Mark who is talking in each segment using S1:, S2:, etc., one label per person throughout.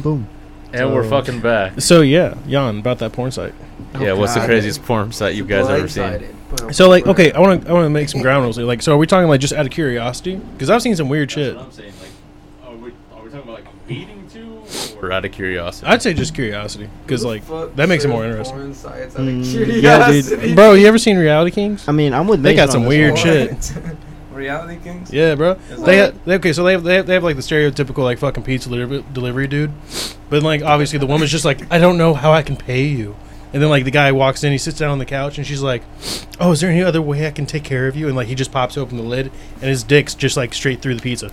S1: boom.
S2: And we're fucking back.
S3: So yeah, Jan, about that porn site.
S2: yeah, what's the
S4: God.
S2: craziest porn site you guys ever seen?
S4: Blindsided.
S3: So like, okay, I want to I want to make some ground rules. here. Like, so are we talking like just out of curiosity? Because I've seen some weird shit.
S2: I'm saying. Like, are we, are we talking about like beating to? Or out of curiosity.
S3: I'd say just curiosity, because
S4: The
S3: like
S4: fuck
S3: that makes it more
S4: certain
S3: interesting.
S4: foreign sites out of
S1: Mm, yeah, dude.
S4: curiosity.
S3: Bro, you ever seen Reality Kings?
S1: I mean, I'm with
S3: They
S1: Mason
S3: got
S1: on
S3: some
S1: this
S3: weird
S1: one.
S3: shit.
S4: Reality Kings?
S3: Yeah, bro.
S4: What?
S3: They, ha- they okay, so they have, they have they have like the stereotypical like fucking pizza delivery, delivery dude, but like obviously the woman's just like, I don't know how I can pay you, and then like the guy walks in, he sits down on the couch, and she's like, Oh, is there any other way I can take care of you? And like he just pops open the lid, and his dick's just like straight through the pizza,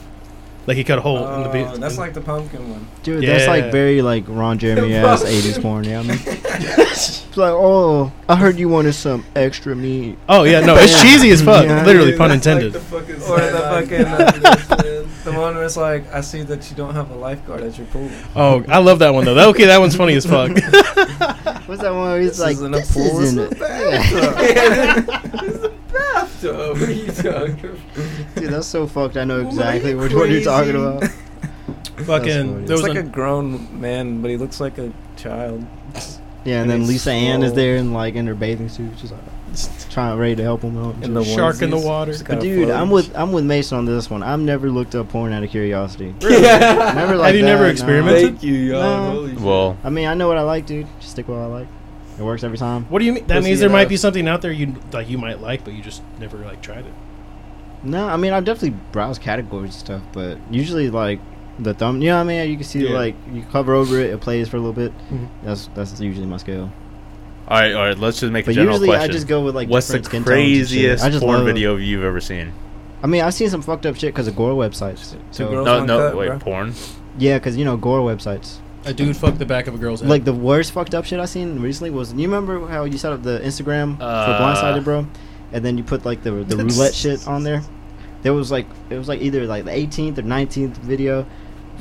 S3: like he cut a hole in the
S4: Oh,
S3: pizza.
S4: that's like the pumpkin one.
S1: Dude, that's like
S3: Yeah.
S1: very like Ron Jeremy ass '80s porn. Yeah, I mean, it's like oh, I heard you wanted some extra meat.
S3: oh yeah, no, it's
S1: Yeah.
S3: cheesy as fuck,
S1: Yeah.
S3: literally
S4: Dude,
S3: pun
S4: that's like
S3: intended.
S4: the fucking or the fucking the one where it's like, I see that you don't have a lifeguard at your pool.
S3: oh, I love that one though. That, okay, that one's funny as fuck.
S1: What's that one? Where he's
S4: This
S1: like,
S4: isn't a
S1: this
S4: pool,
S1: isn't
S4: it's
S1: it.
S4: a bathtub. It's a bathtub. What are you talking
S1: Dude, that's so fucked. I know
S4: What are
S1: exactly
S4: you
S1: which one you're talking
S4: crazy?
S1: about.
S3: fucking,
S1: funny.
S3: there
S4: It's
S3: was
S4: like a
S3: an-
S4: grown man, but he looks like a child.
S1: Yeah,
S4: And
S1: and, then
S4: he's
S1: Lisa Ann is
S4: slow.
S1: there in like in her bathing suit, just like trying ready to help him out. and
S4: In
S1: shit.
S4: the
S3: Shark in the
S4: onesies.
S3: water.
S4: Just
S1: But
S4: kinda
S1: dude, I'm
S4: floating.
S1: with I'm with Mason on this one. I've never looked up porn out of curiosity.
S4: Yeah.
S1: Never like
S3: you
S1: that,
S3: never
S1: nah.
S3: experimented? Thank
S4: you,
S1: y'all. No.
S4: Holy
S2: Well,
S1: I mean, I know what I like, dude. Just stick with what I like. It works every time.
S3: what do you mean? That
S4: Pussy
S3: means there
S4: it
S3: might
S4: up.
S3: be something out there you like you might like, but you just never like tried it.
S1: No, I mean I definitely browse categories and stuff, but usually like the thumb. You know what I mean? You can see
S3: Yeah.
S1: like you cover over it, it plays for a little bit.
S3: Mhm.
S1: That's that's usually my scale.
S2: all right, all right. Let's just make a
S1: But
S2: general
S1: usually
S2: question.
S1: I just go with like
S2: What's the
S1: different skin tones and shit.
S2: craziest
S1: I just
S2: porn
S1: love-
S2: video you've ever seen?
S1: I mean, I've seen some fucked up shit because of gore websites. So
S4: girls-
S2: No,
S4: on
S2: no,
S4: cut,
S2: wait,
S4: bro.
S2: porn.
S1: yeah, because you know gore websites.
S3: A dude fucked the back of a girl's head.
S1: Like the worst fucked up shit I seen recently was you remember how you set up the Instagram
S2: Uh.
S1: for Blindsided, bro, and then you put like the the roulette shit on there. There was like it was like either like the 18th or 19th video,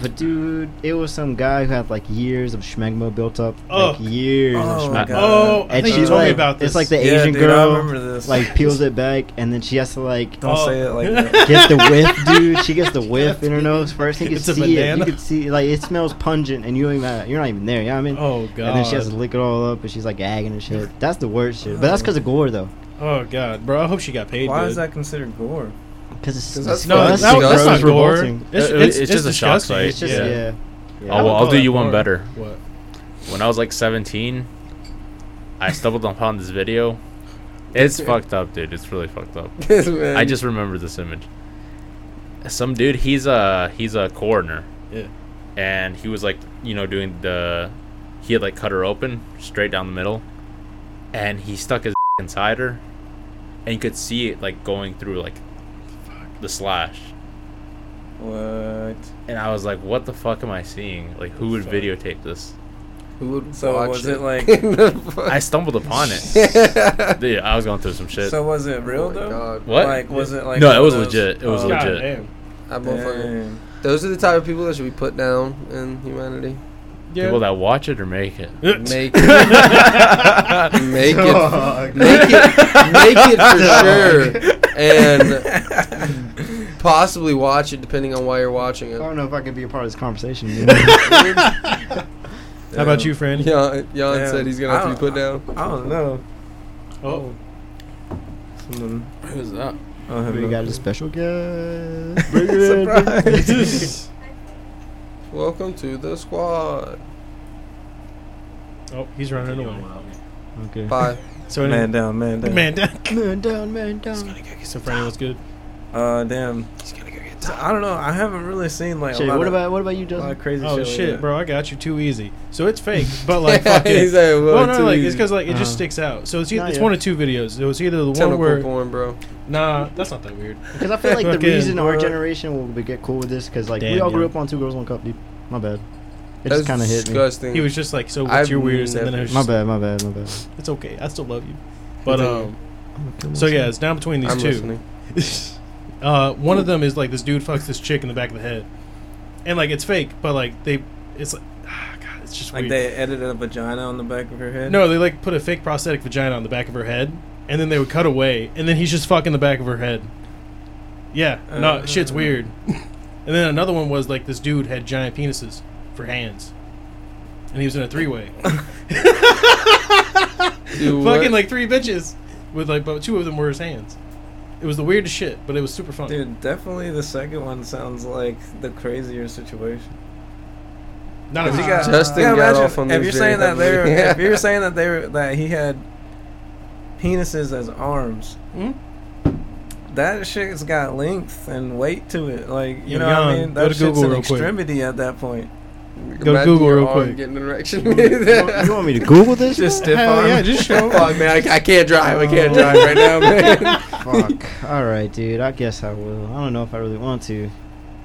S1: but dude, it was some guy who had like years of schmegma built up,
S3: Oh.
S1: like years
S4: Oh
S1: of
S4: my
S1: schmegma.
S4: God.
S3: oh, I
S1: And
S3: think
S1: she
S3: you told
S1: like,
S3: me about this.
S1: It's like the
S4: Yeah,
S1: Asian
S4: dude, I remember
S1: girl
S4: this.
S1: like peels it back, and then she has to like
S4: Don't
S3: Oh.
S4: say it like that.
S1: get the whiff, dude. She gets the whiff in her nose first. You can
S3: It's a
S1: see it. You
S3: banana.
S1: can see like it smells pungent, and you don't even you're not even there. You know what I mean?
S3: oh god.
S1: And then she has to lick it all up, and she's like gagging and shit. That's the worst shit. But that's because of gore, though.
S3: oh god, bro. I hope she got paid.
S4: Why
S3: dude.
S4: is that considered gore?
S1: Because it's
S4: 'Cause that's
S3: No,
S4: That's
S3: that-
S4: disgusting.
S3: that's not
S1: It's
S3: gore.
S1: revolting.
S3: It's,
S2: It-
S3: it's-
S2: it's
S3: it's
S2: just a shock
S3: disgusting.
S2: site.
S1: It's just
S2: Yeah.
S1: yeah.
S2: Oh,
S3: I
S2: well,
S3: would
S2: I'll
S3: call
S2: do
S3: that
S2: you one
S3: porn.
S2: better.
S3: What?
S2: When I was like 17, I stumbled upon this video. It's fucked up, dude. It's really fucked up. I just remember this image. Some dude, he's a he's a coroner,
S3: Yeah.
S2: and he was like, you know, doing the, he had like cut her open straight down the middle, and he stuck his inside her, and you could see it like going through like, the slash,
S4: What?
S2: and I was like, what the fuck am I seeing? Like, who would
S3: Fuck.
S2: videotape this?
S5: Who would
S4: So
S5: watch
S4: was
S5: it?
S4: it like?
S2: I stumbled upon it. Dude, I was going through some shit.
S4: so was it real
S5: Oh my
S4: though?
S5: God.
S2: What?
S4: Like was it like?
S2: No,
S4: one
S2: it
S4: of
S2: was
S4: those-
S2: legit. It was
S4: Oh,
S3: God
S2: legit.
S3: damn.
S5: I'm all fucking-
S4: Damn.
S5: Those are the type of people that should be put down in humanity.
S2: People that watch it or make it.
S5: Make it, make it, make it, make it for sure, and possibly watch it depending on why you're watching
S1: I
S5: it.
S1: don't know if I can be a part of this conversation. you know?
S3: How about you, friend?
S5: Jan, Jan
S4: Damn.
S5: said he's gonna have to
S4: I
S5: be put down.
S4: I don't know.
S3: Oh,
S4: Hmm.
S5: Who's that?
S4: I don't have
S1: we
S4: no
S1: got
S4: clue.
S1: a special guest. Bring it in.
S4: Surprise.
S5: Welcome to the squad.
S3: oh, he's running away.
S1: Okay.
S5: Bye.
S3: So any-
S4: man down, man down.
S3: man,
S5: Um,
S3: down.
S1: Man down, man down.
S3: so friend, what's good?
S4: Uh, damn. So, I don't know. I haven't really seen like a
S1: Shit,
S4: lot
S1: what
S4: of,
S1: about what about you,
S4: a lot
S1: Justin?
S4: of crazy
S3: Oh
S4: shit.
S3: shit,
S4: like that.
S3: bro, I got you too easy. So it's fake, but like fuck
S5: He's
S3: it.
S5: like,
S3: Well,
S5: "Whoa,
S3: no,
S5: too
S3: like it's
S5: easy."
S3: because like it just
S1: Uh-huh.
S3: sticks out. So it's e-
S1: Nah,
S3: it's
S1: yeah.
S3: one of two videos. It was either the one
S5: tentacle
S3: where
S5: porn, bro.
S3: nah, that's not that weird.
S1: Because I feel like the
S3: Fucking-
S1: reason our
S4: Bruh.
S1: generation will be, get cool with this because like we
S3: Damn,
S1: all grew
S3: yeah.
S1: up on Two Girls One Cup, dude. My bad. It
S5: That's
S1: just kind of hit me.
S5: disgusting.
S3: He was just like, so what's
S5: I've
S3: your weirdest? And then I
S5: never-
S3: was
S1: My
S3: just,
S1: bad, my bad, my bad.
S3: it's okay. I still love you. But
S5: Continue.
S3: um, so yeah, it's down between these
S5: I'm
S3: two.
S5: listening.
S3: uh, one of them is like this dude fucks this chick in the back of the head, and like it's fake, but like they, it's like, ah, God, it's just
S4: Like
S3: weird.
S4: they edited a vagina on the back of her head.
S3: no, they like put a fake prosthetic vagina on the back of her head, and then they would cut away, and then he's just fucking the back of her head. Yeah, no,
S4: Uh.
S3: shit's weird. and then another one was like this dude had giant penises for hands, and he was in a three way.
S5: Dude, what?
S3: Fucking like three bitches with like, but two of them were his hands. It was the weirdest shit, but it was super fun.
S4: Dude, definitely the second one sounds like the crazier situation.
S3: Not
S4: If
S3: as
S4: you got-
S5: Justin
S4: yeah,
S5: got
S4: imagine
S5: off on
S4: if
S5: these
S4: you're saying
S5: very
S4: that they were,
S5: heavily.
S4: if you're saying that they were, that he had penises as arms.
S3: Hmm?
S4: That shit's got length and weight to it. Like
S3: Yo,
S4: you know what I
S3: Jan,
S4: mean?
S3: go
S4: That
S3: to
S4: shit's
S3: Google
S4: an
S3: real quick.
S4: extremity at that point.
S3: Go to
S5: Imagine
S3: Google
S5: your
S3: real
S5: arm
S3: quick.
S5: Getting an
S1: you, want, you
S5: erection.
S1: want me to Google this?
S4: Just
S1: man?
S4: stiff
S1: Hell
S4: arm.
S1: yeah, just show.
S5: Fuck, man, I, I can't drive. I can't
S3: Oh.
S5: drive right now, man.
S1: Fuck. All right, dude. I guess I will. I don't know if I really want to.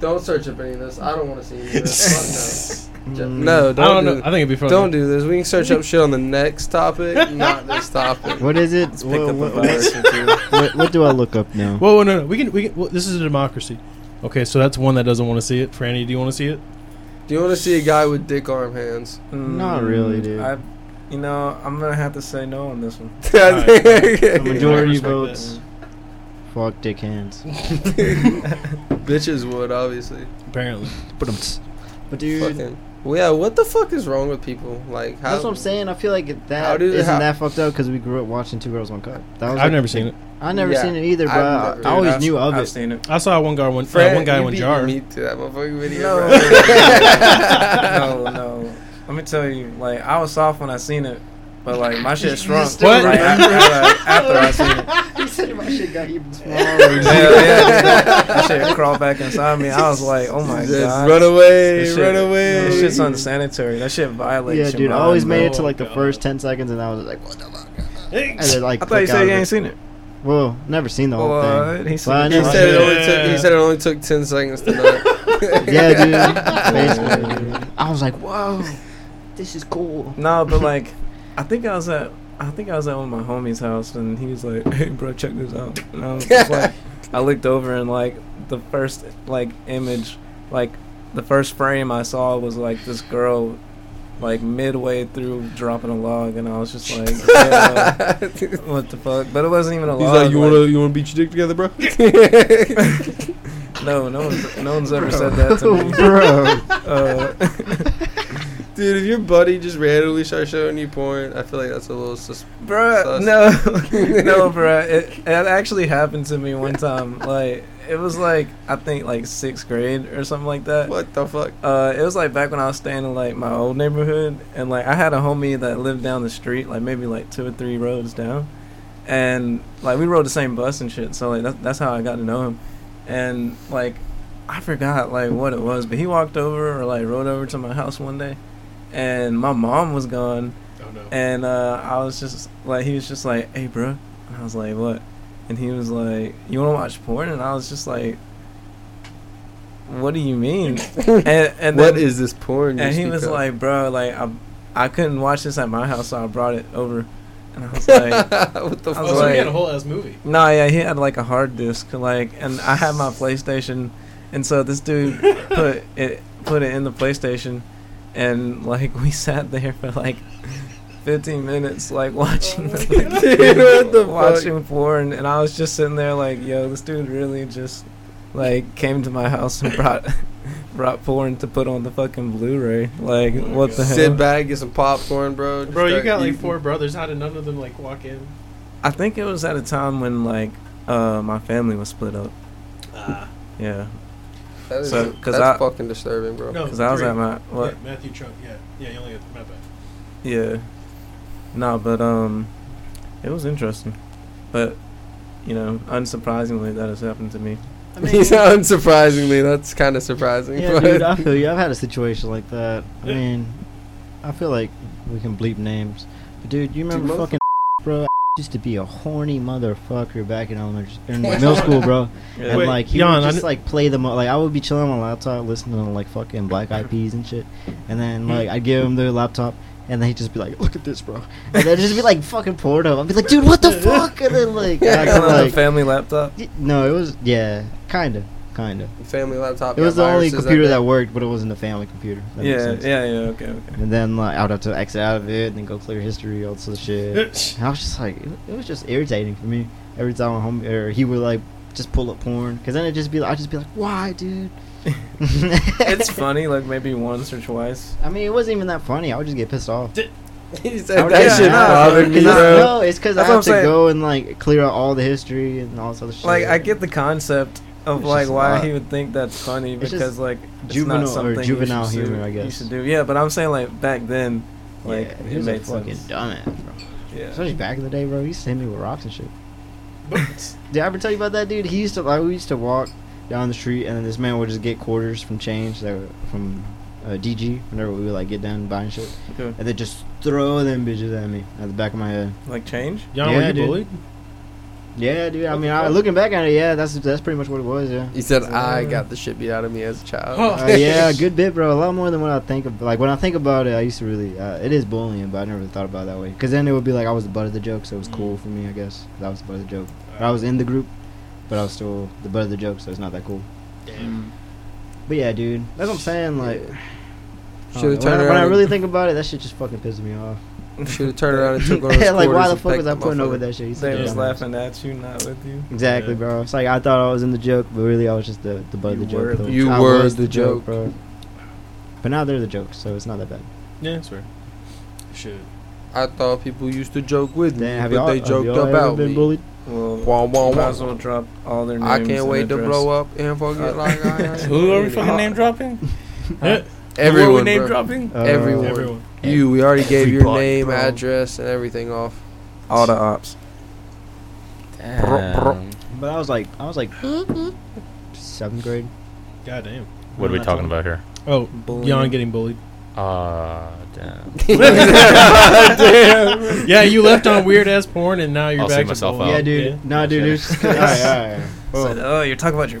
S5: don't search up any of this. I don't want to see any of this. Fuck no.
S1: Mm.
S5: No, don't
S3: I don't
S5: do
S3: know. I think it'd be fun.
S5: Don't do this. We can search up shit on the next topic, not this topic.
S1: What is it?
S4: Let's pick
S1: What,
S4: up
S1: what,
S4: a virus
S1: what,
S4: or two.
S1: what, what do I look up now?
S3: Whoa, whoa, no, no. We can. We can. Well, this is a democracy. Okay, so that's one that doesn't want to see it. Franny, do you want to see it?
S5: Do you want to see a guy with dick arm hands?
S1: Not
S4: Mm,
S1: really, dude.
S4: I, you know, I'm gonna have to say no on this one.
S3: The
S1: majority
S3: respect
S1: votes. Fuck dick hands.
S5: Bitches would obviously.
S3: that, Apparently,
S1: But dude,
S5: Fucking. Well, yeah. What the fuck is wrong with people? Like, how?
S1: that's what I'm saying. I feel like
S5: How
S1: that
S5: did it
S1: isn't
S5: hap-
S1: that fucked up because we grew up watching Two Girls One Cup. That was
S3: I've never seen it.
S1: I never
S5: Yeah,
S1: seen it either,
S5: I've
S1: bro. I,
S5: never-
S1: I always
S4: I've-
S1: knew of
S4: I've
S1: it.
S4: seen it.
S3: I saw one guy one.
S5: Fran,
S3: uh, one guy
S5: you
S3: one
S5: beat
S3: jar.
S5: Me to that motherfucking video.
S4: No.
S5: bro.
S4: no, no. Let me tell you, like I was soft when I seen it, but like my shit shrunk.
S1: still
S4: Like,
S3: remember.
S4: after, like, after I seen it,
S1: he said my shit got even
S4: yeah,
S1: smaller.
S4: yeah, that shit crawled back inside me. I was like, oh my
S5: Just
S4: god,
S5: run away,
S4: This
S5: run
S4: shit-
S5: away.
S4: This shit's unsanitary. That shit violates.
S1: yeah,
S4: your
S1: dude. I
S4: mind,
S1: always
S4: bro.
S1: made it to like the
S3: Oh, God.
S1: first ten seconds, and I was like, what the fuck? And then like,
S4: I thought you
S1: click out
S4: said
S1: of
S4: you
S1: it.
S4: ain't seen it.
S1: Well, never seen the whole
S4: What?
S1: thing.
S4: He
S1: Well, I
S4: said.
S5: He
S1: never-
S5: said, it only
S3: Yeah.
S5: took, he said it only took 10 seconds to nut.
S1: yeah, dude.
S4: Yeah.
S1: Basically, dude. I was like, whoa, this is cool.
S4: No, but like, I think I was at. I think I was at one of my homies' house, and he was like, "Hey, bro, check this out." And I was just like, I looked over, and like the first like image, like the first frame I saw was like this girl, like midway through dropping a log, and I was just like, yeah, "What the fuck?" But it wasn't even a
S5: He's
S4: log.
S5: like, you wanna you wanna beat your dick together, bro?
S4: No, no one's no one's ever said that to me.
S1: bro.
S4: Uh,
S5: Dude, if your buddy just randomly starts showing you porn, I feel like that's a little sus.
S4: Bruh,
S5: Sus.
S4: no, no, bruh. It, it actually happened to me one time. Like, it was like, I think like sixth grade or something like that.
S5: What the fuck?
S4: Uh, it was like back when I was staying in like my old neighborhood, and like I had a homie that lived down the street, like maybe like two or three roads down, and like we rode the same bus and shit. So like that, that's how I got to know him, and like I forgot like what it was, but he walked over or like rode over to my house one day, and my mom was gone,
S3: Oh no.
S4: and uh, I was just like, he was just like, hey, bro. And I was like, what? And he was like, you want to watch porn? And I was just like, what do you mean? and and
S5: what
S4: then-
S5: is this porn? you
S4: And he
S5: speak
S4: was
S5: of?
S4: like, bro, like I, I couldn't watch this at my house, so I brought it over. And I was like,
S5: what the
S4: I
S3: Oh,
S4: was
S3: so
S5: fuck?
S3: he
S4: like-
S3: had a whole ass movie.
S4: no, yeah, he had like a hard disk, like, and I had my PlayStation, and so this dude put it put it in the PlayStation, and like we sat there for like fifteen minutes, like watching
S5: Dude, Oh. what the fuck?
S4: watching porn, and I was just sitting there like, yo, this dude really just like came to my house and brought brought porn to put on the fucking Blu-ray. Like,
S3: Oh my
S4: what
S3: God.
S4: the hell?
S5: Sit back, get some popcorn, bro.
S3: Bro, you
S5: Start
S3: got like
S5: eating.
S3: four brothers. How did none of them like walk in?
S4: I think it was at a time when like uh my family was split up.
S3: Ah.
S4: Yeah,
S5: That is,
S4: So, 'cause
S5: that's
S4: I-
S5: fucking disturbing, bro.
S3: No.
S4: because I was
S3: Three.
S4: at my what.
S3: Yeah, Matthew Trump. Yeah. Yeah, you only got my bad.
S4: Yeah. Nah, but um, it was interesting, but you know, unsurprisingly, that has happened to me.
S5: Unsurprisingly, that's kind of surprising.
S1: Yeah,
S5: but-
S1: dude, I feel you. I've had a situation like that. I mean, I feel like we can bleep names. But, dude, you remember
S5: motherfuck-
S1: fucking bro? used to be a horny motherfucker back in elementary in middle school, bro. And,
S3: Wait,
S1: like, he
S3: Jan, I
S1: would just,
S3: kn-
S1: like, play the... Mo- like, I would be chilling on my laptop listening to, like, fucking Black Eyed Peas and shit. And then, like, I'd give him the laptop... And then he'd just be like, "Look at this, bro," and then just be like, "Fucking porno." I'd be like, "Dude, what the fuck?" And then like,
S5: Yeah,
S1: I
S4: Like,
S1: could,
S4: on the
S1: like
S4: family laptop.
S1: y- no, it was yeah, kinda, kinda.
S5: Family laptop.
S1: It
S5: got
S1: was the only
S5: viruses
S1: computer that,
S5: day.
S1: worked, but it wasn't a family computer. if that makes
S4: Yeah,
S1: sense.
S4: yeah, yeah. Okay, okay.
S1: And then like I would have to exit out of it and then go clear history, all sorts of shit. and I was just like, it, it was just irritating for me every time I'm home. Or he would like just pull up porn, cause then it just be like, I'd just be like, why, dude?
S4: it's funny, like maybe once or twice.
S1: I mean, it wasn't even that funny. I would just get pissed off.
S5: he
S1: I
S5: said
S1: would
S5: that
S1: just
S5: shit
S1: get mad,
S5: bothered
S1: bro,
S5: me,
S1: 'cause I-
S5: bro.
S1: No, it's because I
S4: That's
S1: have
S4: what
S1: to
S4: I'm saying.
S1: go and like clear out all the history and all this other shit.
S4: Like I get the concept of
S1: It's
S4: like
S1: just
S4: why
S1: not-
S4: he would think that's funny
S1: It's just
S4: because like it's
S1: juvenile
S4: not
S1: or
S4: something you
S1: juvenile
S4: should do-
S1: humor, I
S4: You
S1: guess.
S4: should do yeah, but I'm saying like back then, like
S1: yeah, he
S4: it
S1: was a
S4: made
S1: fucking
S4: sense.
S1: dumbass, bro.
S4: Yeah.
S1: Especially back in the day, bro. He used to hit me with rocks and shit. Did I ever tell you about that dude? He used to like we used to walk down the street, and then this man would just get quarters from change that were from uh, DG whenever we would like get done buying shit,
S4: Good.
S1: and then just throw them bitches at me at the back of my head.
S4: Like change.
S3: Yon,
S1: Yeah,
S3: were you
S1: dude.
S3: bullied?
S1: Yeah, dude. I mean, I, looking back at it, yeah, that's that's pretty much what it was. Yeah.
S5: He said I got the shit beat out of me as a child.
S1: Uh, yeah, a good bit, bro. A lot more than what I think of. Like when I think about it, I used to really. Uh, it is bullying, but I never really thought about it that way. Because then it would be like I was the butt of the joke, so it was
S5: Mm.
S1: cool for me, I guess. 'cause I was the butt of the joke. I was in the group, but I was still the butt of the joke, so it's not that cool.
S4: Mm.
S1: But yeah, dude, that's what I'm saying. Like, I don't
S5: Should have
S1: know, when,
S5: turned
S1: I, when I
S5: around.
S1: really think about it, that shit just fucking pisses me off.
S5: Should have turned around and took one of his
S1: like, why
S5: quarters
S1: the
S5: and
S1: fuck was
S5: pecked
S1: I
S5: the
S1: putting over
S5: motherfucker.
S1: that shit? He's
S4: They
S1: such a
S3: Yeah.
S4: was
S1: dumbass.
S4: laughing at you, not with you.
S1: Exactly,
S3: Yeah.
S1: bro. It's like I thought I was in the joke, but really I was just the, the butt of
S4: You
S1: the joke.
S4: were
S1: the
S4: the
S1: whole
S5: You
S1: time. I
S5: were
S1: was
S5: the joke.
S1: bro. But now they're the joke, so it's not that bad.
S3: Yeah, that's fair. Shit.
S5: I thought people used to joke with me,
S1: Damn, have
S5: but
S1: y'all,
S5: they
S1: have y'all
S5: joked
S1: ever
S5: about
S1: been
S5: me.
S1: bullied?
S4: Well,
S5: Wah, wah,
S4: might
S5: wah.
S4: as well drop all their names.
S5: I can't
S4: and
S5: wait to
S4: address.
S5: blow up and forget like I am.
S2: Who are we fucking name dropping? Who are we
S5: Everyone,
S2: name
S5: bro.
S2: dropping?
S1: Uh,
S5: Everyone.
S3: Everyone.
S5: You, we already gave your
S2: Everybody,
S5: name,
S2: bro.
S5: address, and everything off.
S4: all the ops.
S2: Damn.
S1: But I was like, I was like, seventh grade.
S3: Goddamn.
S2: What are we talking about here?
S3: Oh,
S4: Bullying.
S3: Yon getting bullied.
S2: Uh, damn.
S3: Yeah, you left on weird ass porn and now you're
S2: I'll see
S3: back to
S2: myself
S3: bullying.
S2: out.
S1: yeah, dude.
S3: Yeah.
S1: Nah, dude. It's just, all right, all right.
S4: Said, oh, you're talking about your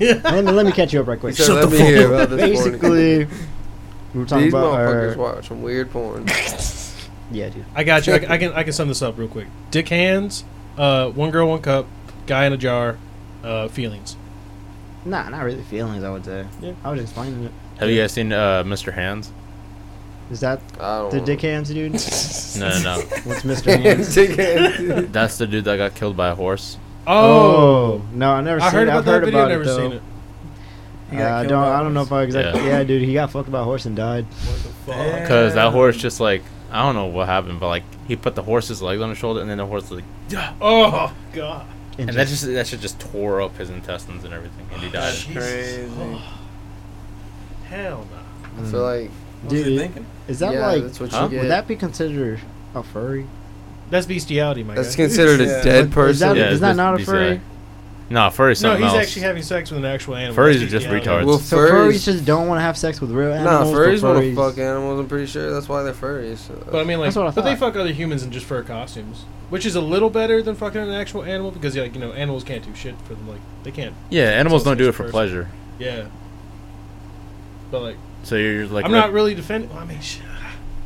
S1: Let me, let me catch you up right
S5: He
S1: quick.
S5: said, Let me hear about this porn."
S1: Basically, we were talking
S5: These
S1: about
S5: motherfuckers
S1: our,
S5: watch some weird porn.
S1: yeah, dude.
S3: I got you. I, I can I can sum this up real quick. Dick hands, uh, one girl, one cup, guy in a jar, uh, feelings.
S1: Nah, not really feelings. I would say.
S3: Yeah.
S1: I was explaining it.
S2: Have you guys seen uh, Mr. Hands?
S1: Is that
S5: I don't
S1: the
S5: know.
S1: dick hands, dude?
S2: No, no, no.
S1: What's Mr. Hands?
S5: Dick hands.
S2: That's the dude that got killed by a horse.
S3: Oh,
S1: no, I never
S3: I
S1: seen
S3: heard
S1: it.
S3: about
S1: I've
S3: that
S1: heard
S3: video.
S1: about
S3: never
S1: it though.
S3: seen it.
S4: He
S1: Uh,
S4: got
S1: I
S4: killed
S1: don't.
S4: by
S1: I don't know
S4: horse.
S1: if I exactly.
S2: Yeah.
S1: Yeah. dude, he got fucked by a horse and died.
S3: Uh,
S4: Damn.
S2: Cause that horse just like I don't know what happened, but like he put the horse's legs on his shoulder, and then the horse like,
S3: Oh god.
S2: and that just that shit just tore up his intestines and everything, and he died.
S4: That's crazy.
S3: Hell no.
S5: I feel like,
S4: What was he
S1: dude,
S4: thinking?
S1: Mm. is that
S5: yeah,
S1: like?
S5: that's what
S2: Huh?
S5: you get.
S1: Would that be considered a furry?
S3: That's bestiality, my
S5: That's
S3: guy.
S5: considered
S4: Yeah.
S5: a dead
S1: But is that-
S5: person.
S1: Yeah.
S2: it's
S1: that
S2: just
S1: not a
S2: these,
S1: furry?
S2: uh, No, furry's
S3: No,
S2: something
S3: he's
S2: else.
S3: actually having sex with an actual animal.
S2: Furries
S3: That's
S2: are just
S3: bestiality.
S2: retards.
S5: Well,
S1: So furries
S5: furries-
S1: just don't want to have sex with real
S5: Nah,
S1: animals. but
S5: furries want to
S1: furries-
S5: fuck animals. I'm pretty sure that's why they're furries.
S3: But I mean, like,
S1: That's what I
S3: but they
S1: thought.
S3: fuck other humans in just fur costumes, which is a little better than fucking an actual animal because, like, you know, animals can't do shit for them. Like, they can't.
S2: yeah, animals
S3: also
S2: don't do it
S3: just
S2: for
S3: person.
S2: pleasure.
S3: Yeah. But like,
S2: So you're like,
S3: I'm not
S2: like,
S3: really defending. Well, I mean, shit.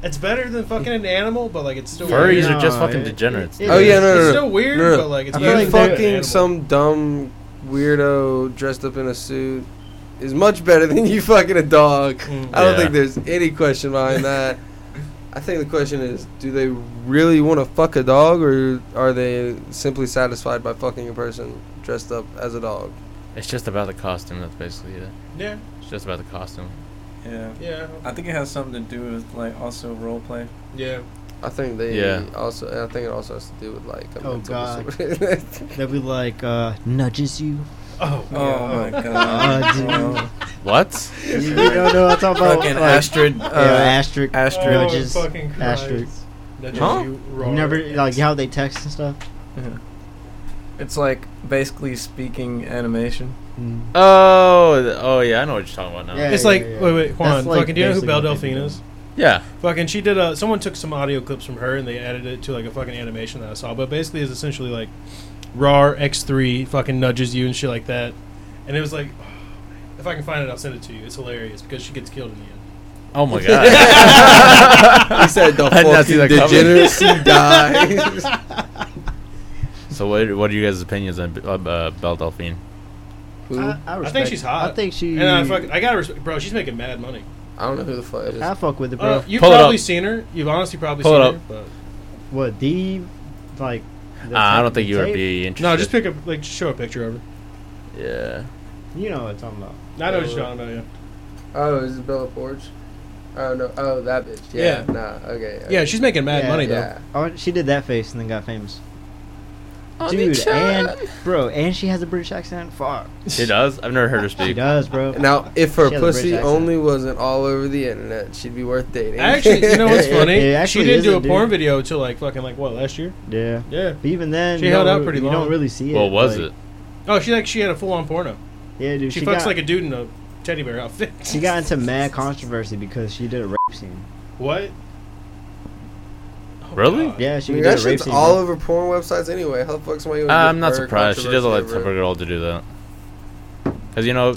S3: it's better than fucking an animal, but like, it's still
S2: furries
S3: Weird.
S2: are just
S1: No,
S2: fucking
S1: it-
S2: degenerates.
S1: it-
S5: oh yeah, no, no,
S3: It's
S5: no.
S3: still weird,
S5: No, no.
S3: but like, it's
S1: I
S5: you
S1: feel
S3: better
S1: like
S3: than an
S5: fucking
S3: animal.
S5: some dumb weirdo dressed up in a suit is much better than you fucking a dog.
S3: Mm.
S5: I don't
S2: Yeah.
S5: think there's any question behind that. I think the question is, do they really want to fuck a dog, or are they simply satisfied by fucking a person dressed up as a dog?
S2: It's just about the costume. That's basically it.
S3: Yeah,
S2: It's just about the costume.
S4: Yeah.
S3: yeah,
S4: I think it has something to do with like also role play.
S3: yeah.
S5: I think they
S2: Yeah.
S5: also. I think it also has to do with like. A
S1: Oh,
S5: mental
S1: God.
S5: disorder.
S1: That we like uh, nudges you.
S3: Oh,
S4: Oh
S3: yeah.
S4: my
S1: Uh,
S4: god.
S1: dude.
S4: Bro.
S2: What?
S1: you you don't know what I'm talking about.
S4: Fucking
S1: like,
S4: Astrid.
S1: yeah,
S4: Uh,
S1: asterisk.
S4: Astrid.
S1: Oh, Nudges.
S3: fucking Christ.
S1: Asterisk.
S3: Nudges
S2: Huh?
S3: you
S1: You
S3: raw.
S1: never like how they text and stuff.
S4: It's like basically speaking animation.
S1: Mm.
S2: Oh, th- oh yeah, I know what you're talking about now.
S1: Yeah.
S3: It's like
S1: yeah.
S3: wait, wait, Juan.
S1: That's, like,
S3: fucking, do you know who
S1: basically
S3: Belle
S1: what they
S3: Delphine
S1: do.
S3: is?
S2: Yeah.
S3: Fucking, she did a. Someone took some audio clips from her and they added it to like a fucking animation that I saw. But basically, it's essentially like RAR X3 fucking nudges you and shit like that. And it was like, if I can find it, I'll send it to you. It's hilarious because she gets killed in the end.
S2: Oh my god.
S5: he said the
S2: I did not see
S5: fucking
S2: that coming.
S5: degeneracy dies.
S2: So what? What are you guys' opinions on B- uh, uh, Belle Delphine?
S5: Who?
S1: I,
S5: I
S1: I,
S3: think
S1: respect-
S3: she's hot.
S1: I think she.
S3: And I fucking, I gotta respect, bro. She's making mad money.
S5: don't know who the fuck it is.
S1: I fuck with it, bro.
S3: Uh, you've
S2: Pull it
S3: probably
S2: up.
S3: seen her. You've honestly probably
S2: Pull
S3: seen
S2: it up.
S3: her. But
S1: what the like? the
S2: Uh, I don't
S1: fucking
S2: think you would
S1: tape?
S2: be interested.
S3: no, just pick up like just show a picture of her.
S2: Yeah.
S1: You know what I'm talking about.
S3: I know what you're talking about. Yeah.
S5: Oh, is it Bella Porch? Oh no! Oh, that bitch. Yeah. Nah. Okay. okay.
S3: Yeah, she's making mad
S1: Yeah,
S3: money though.
S5: yeah.
S1: Oh, she did that face and then got famous.
S2: Oh,
S5: On the
S1: Dude, and
S5: chan.
S1: bro, and she has a British accent. Fuck,
S2: She does. I've never heard her
S1: she
S2: speak.
S1: does, bro.
S5: Now, if
S1: She
S5: her
S1: has a British
S5: pussy
S1: accent.
S5: only wasn't all over the internet, she'd be worth dating.
S3: Actually, you know what's
S1: Yeah,
S3: funny?
S1: it- it
S3: she
S1: actually
S3: didn't do
S1: is
S3: a
S1: a
S3: porn
S1: dude.
S3: video until like fucking like what last year?
S1: Yeah,
S3: Yeah.
S1: but even then,
S3: She
S1: you
S3: held
S1: don't
S3: out
S1: re-
S3: pretty
S1: You
S3: long.
S1: don't really see it.
S2: What was
S1: like-
S2: it?
S3: Oh, she like she had a full on porno.
S1: Yeah, dude,
S3: She,
S1: she,
S3: fucks
S1: got,
S3: like a dude in a teddy bear outfit.
S1: she got into mad controversy because she did a rape scene.
S3: what?
S1: oh
S2: Really?
S3: God.
S1: Yeah, she
S5: I mean,
S1: did
S5: that
S1: a rape
S5: shit's
S1: scene.
S5: all
S1: bro.
S5: over porn websites anyway. How the fuck's my?
S2: Uh, I'm not surprised. She does all that type of girl to do that. Cause you know,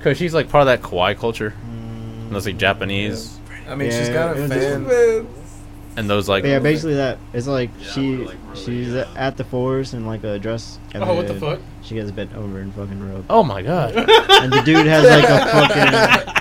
S2: cause she's like part of that kawaii culture.
S1: Mm.
S2: And those like Japanese
S4: I mean, she's
S1: Yeah,
S4: got
S1: it
S4: a
S1: was
S4: fan.
S2: and those like
S1: But yeah, basically that. It's like
S2: Yeah,
S1: she
S2: we're, like, really,
S1: she's
S2: uh,
S1: at the forest in like a dress. and
S3: Oh, what the
S1: then
S3: fuck?
S1: She gets bent over and fucking rope,
S2: Oh my god.
S1: and the dude has like a fucking.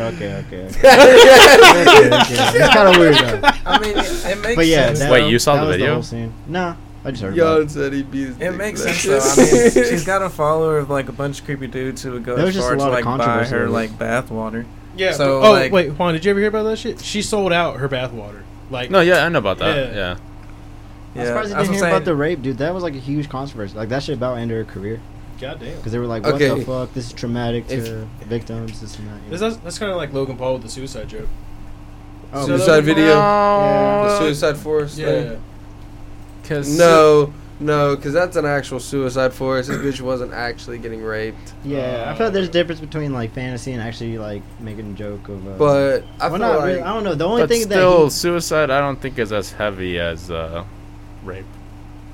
S1: Okay, okay. okay. okay, okay. It's kind of weird though.
S4: I mean, it, it makes
S1: But yeah,
S4: sense.
S1: that-
S2: Wait, you saw
S1: that
S2: the
S1: was
S2: video?
S1: whole scene. Nah, I just heard about
S5: Yon
S1: it.
S5: said he beat his
S4: It
S5: dick
S4: makes
S5: for that
S4: sense though. I mean,
S5: shit.
S4: she's got a follower of like a bunch of creepy dudes who would go
S1: There was
S4: as
S1: just
S4: far
S1: a
S4: to
S1: lot of
S4: like buy
S1: controversy
S4: her
S1: with
S4: like
S1: it.
S4: bathwater.
S3: Yeah.
S4: So,
S3: but- oh
S4: like-
S3: wait, Juan, did you ever hear about that shit? She sold out her bathwater. Like
S2: No, yeah, I know about that.
S3: Yeah.
S2: Yeah.
S1: I'm surprised you
S4: that's
S1: didn't hear
S4: what I'm
S1: about the
S4: saying.
S1: rape, dude. That was like a huge controversy. Like that should about end her career
S3: goddamn.
S1: because they were like, "What
S5: Okay.
S1: the fuck? This is traumatic to
S5: If-
S1: victims. This and that." you know.
S3: That's, that's kind of like Logan Paul with the suicide joke.
S1: Oh,
S3: So-
S5: Suicide video. The
S1: Yeah.
S5: suicide forest.
S3: Yeah.
S5: thing.
S2: Cause
S5: No, no, because that's an actual suicide forest. This bitch wasn't actually getting raped,
S1: yeah, I feel like there's a difference between like fantasy and actually like making a joke of. Uh,
S5: but I
S1: well,
S5: feel
S1: not
S5: like
S1: really. I don't know. The only
S2: but
S1: thing
S2: still,
S1: that
S2: suicide I don't think is as heavy as uh, rape.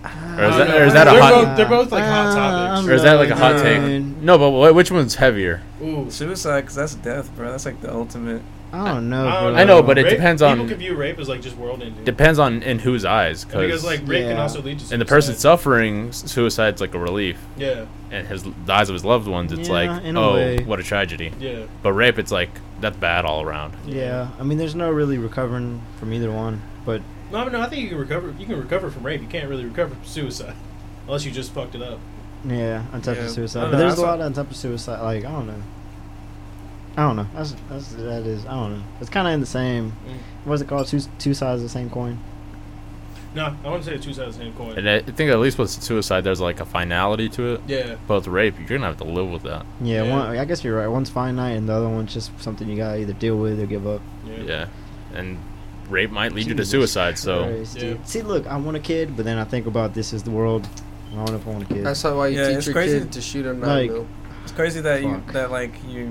S1: he,
S2: Or is
S3: I
S2: that, or
S3: don't know.
S2: is that a
S3: They're
S2: hot?
S3: both- they're both, like, hot
S1: Uh,
S3: topics.
S1: I'm
S2: Or is that like a
S1: not
S2: hot take?
S1: even-
S2: No, but wh- which one's heavier?
S3: Ooh.
S4: Suicide, because that's death, bro. That's like the ultimate.
S1: I don't know.
S3: don't
S1: bro.
S2: I know, but it
S3: Rape-
S2: depends
S3: People
S2: on-
S3: could view rape as like just world ending.
S2: Depends on in whose eyes.
S3: And because like rape can
S1: Yeah.
S3: also lead to suicide.
S2: and the person suffering, s- suicide's like a relief.
S3: Yeah.
S2: And his the eyes of his loved ones, it's
S1: Yeah,
S2: like,
S1: in a
S2: oh,
S1: way.
S2: what a tragedy.
S3: Yeah.
S2: But rape, it's like that's bad all around.
S1: Yeah, I mean, there's no really recovering from either one. But
S3: No, I mean, no, I think you can recover. You can recover from rape. You can't really recover from suicide, unless you just fucked it up.
S1: yeah, on top
S4: Yeah.
S1: of suicide,
S4: I don't
S1: but
S4: know,
S1: there's a
S4: that's-
S1: lot on top of suicide. Like I don't know. I don't know. That's that's that is. I don't know. It's kind of in the same. What's it called? Two two sides of the same coin.
S3: No, I wouldn't say it's two sides of the same coin.
S2: And I I think at least with suicide, there's like a finality to it.
S3: yeah.
S2: But with rape, you're gonna have to live with that.
S1: Yeah,
S3: Yeah.
S1: One, I guess you're right. One's finite, and the other one's just something you gotta either deal with or give up.
S3: Yeah.
S2: Yeah, and rape might lead you to
S1: Jesus
S2: suicide. So
S1: Christ,
S3: Yeah.
S1: dude. see, look, I want a kid, but then I think about this is the world. I don't know if I want a kid.
S5: That's not why you
S4: Yeah,
S5: teach
S4: it's
S5: your
S4: crazy.
S5: kid to shoot a nine
S1: Like-
S5: mil.
S4: It's crazy that
S1: Fuck.
S4: you that like you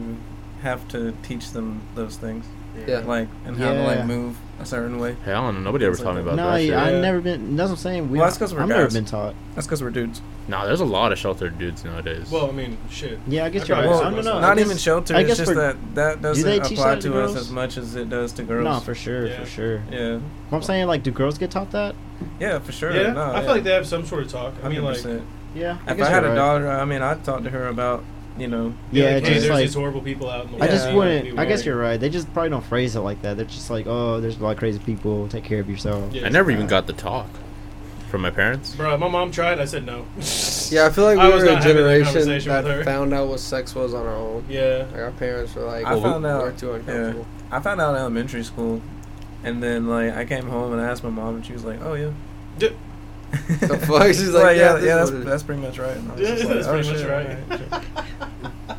S4: have to teach them those things,
S5: Yeah.
S4: like and how to
S1: Yeah.
S4: like move a certain way.
S2: hell, I don't know. Nobody ever
S4: It's
S2: taught me
S4: like
S2: about
S1: no,
S2: that.
S1: I,
S2: shit.
S1: I've
S4: Yeah.
S1: never been. That's what I'm saying. We,
S4: Well, that's 'cause we're
S1: I've never
S4: guys.
S1: been taught.
S4: That's because we're dudes.
S2: No, there's a lot of sheltered dudes nowadays.
S3: Well, I mean, shit.
S1: Yeah, I guess
S3: I
S1: you're right.
S3: probably
S1: I
S4: said
S1: don't
S3: most
S1: know.
S3: of
S1: I
S3: it.
S4: Not
S1: guess-
S4: even shelter.
S1: I
S4: It's
S1: guess
S4: just
S1: for-
S4: that that
S1: they
S4: doesn't
S1: teach
S4: apply
S1: that to
S4: to us
S1: girls?
S4: as much as it does to girls.
S1: No, for sure,
S3: Yeah.
S1: for sure.
S4: yeah,
S1: What I'm saying, like, do girls get taught that?
S4: yeah, for sure.
S3: Yeah.
S4: no,
S3: I feel like they have some sort of talk. I mean, like.
S4: 100%.
S1: Yeah.
S4: if
S1: guess
S4: I had
S1: you're
S4: a
S1: right.
S4: daughter, I mean, I'd talk to her about you know.
S1: Yeah,
S3: like,
S1: it's
S3: hey,
S1: just
S3: there's
S1: like-
S3: these horrible people out in the
S1: I
S3: world,
S1: just
S3: you know,
S1: wouldn't.
S3: people
S1: I guess
S3: like-
S1: you're right. They just probably don't phrase it like that. They're just like, oh, there's a lot of crazy people. Take care of yourself.
S3: Yeah.
S2: I never even got the talk from my parents.
S3: Bro, my mom tried. I said no.
S5: Yeah, I feel like we
S3: I was
S5: were a
S3: not having that
S5: generation
S3: conversation
S5: that,
S3: with her.
S5: found out what sex was on our own.
S3: Yeah.
S5: Like our parents were like,
S4: I
S5: "Well,
S4: found out-
S5: we're too uncomfortable.
S4: I found out in elementary school, and then like I came home and I asked my mom, and she was like, "Oh yeah."
S3: D-
S5: The fuck? She's like,
S4: yeah,
S5: "Yeah, this
S4: yeah,
S5: is
S4: that's,
S5: what it is."
S4: that's pretty much right. And I was
S3: Yeah,
S4: just like,
S3: that's
S4: "Oh,
S3: pretty much
S4: shit,
S3: right.
S4: all sure.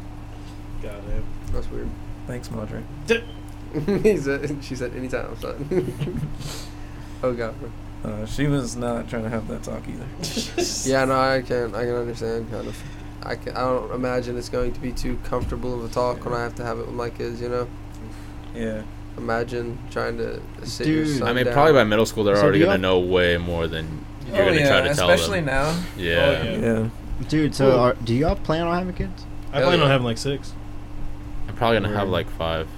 S3: Goddamn.
S5: That's weird.
S4: Thanks, Madre.
S3: D-
S5: he said, she said, anytime, son. oh god.
S4: Uh, she was not trying to have that talk either.
S5: Yeah, no, I can, I can understand kind of. I can, I don't imagine it's going to be too comfortable of a talk when I have to have it with my kids. You know,
S4: Yeah,
S5: imagine trying to sit your
S1: Dude.
S5: son
S2: I mean,
S5: down.
S2: probably by middle school, they're
S1: So
S2: already
S1: do
S2: gonna
S1: y'all-
S2: know way more than you're
S4: oh,
S2: gonna
S4: yeah,
S2: try to tell
S4: especially
S2: them.
S4: now. Oh,
S2: Yeah.
S3: yeah.
S4: Yeah,
S1: Dude, so are, do y'all plan on having kids?
S3: I
S5: Hell
S3: plan on
S5: yeah.
S3: having like six.
S2: I'm probably gonna have
S1: Word.
S2: like five.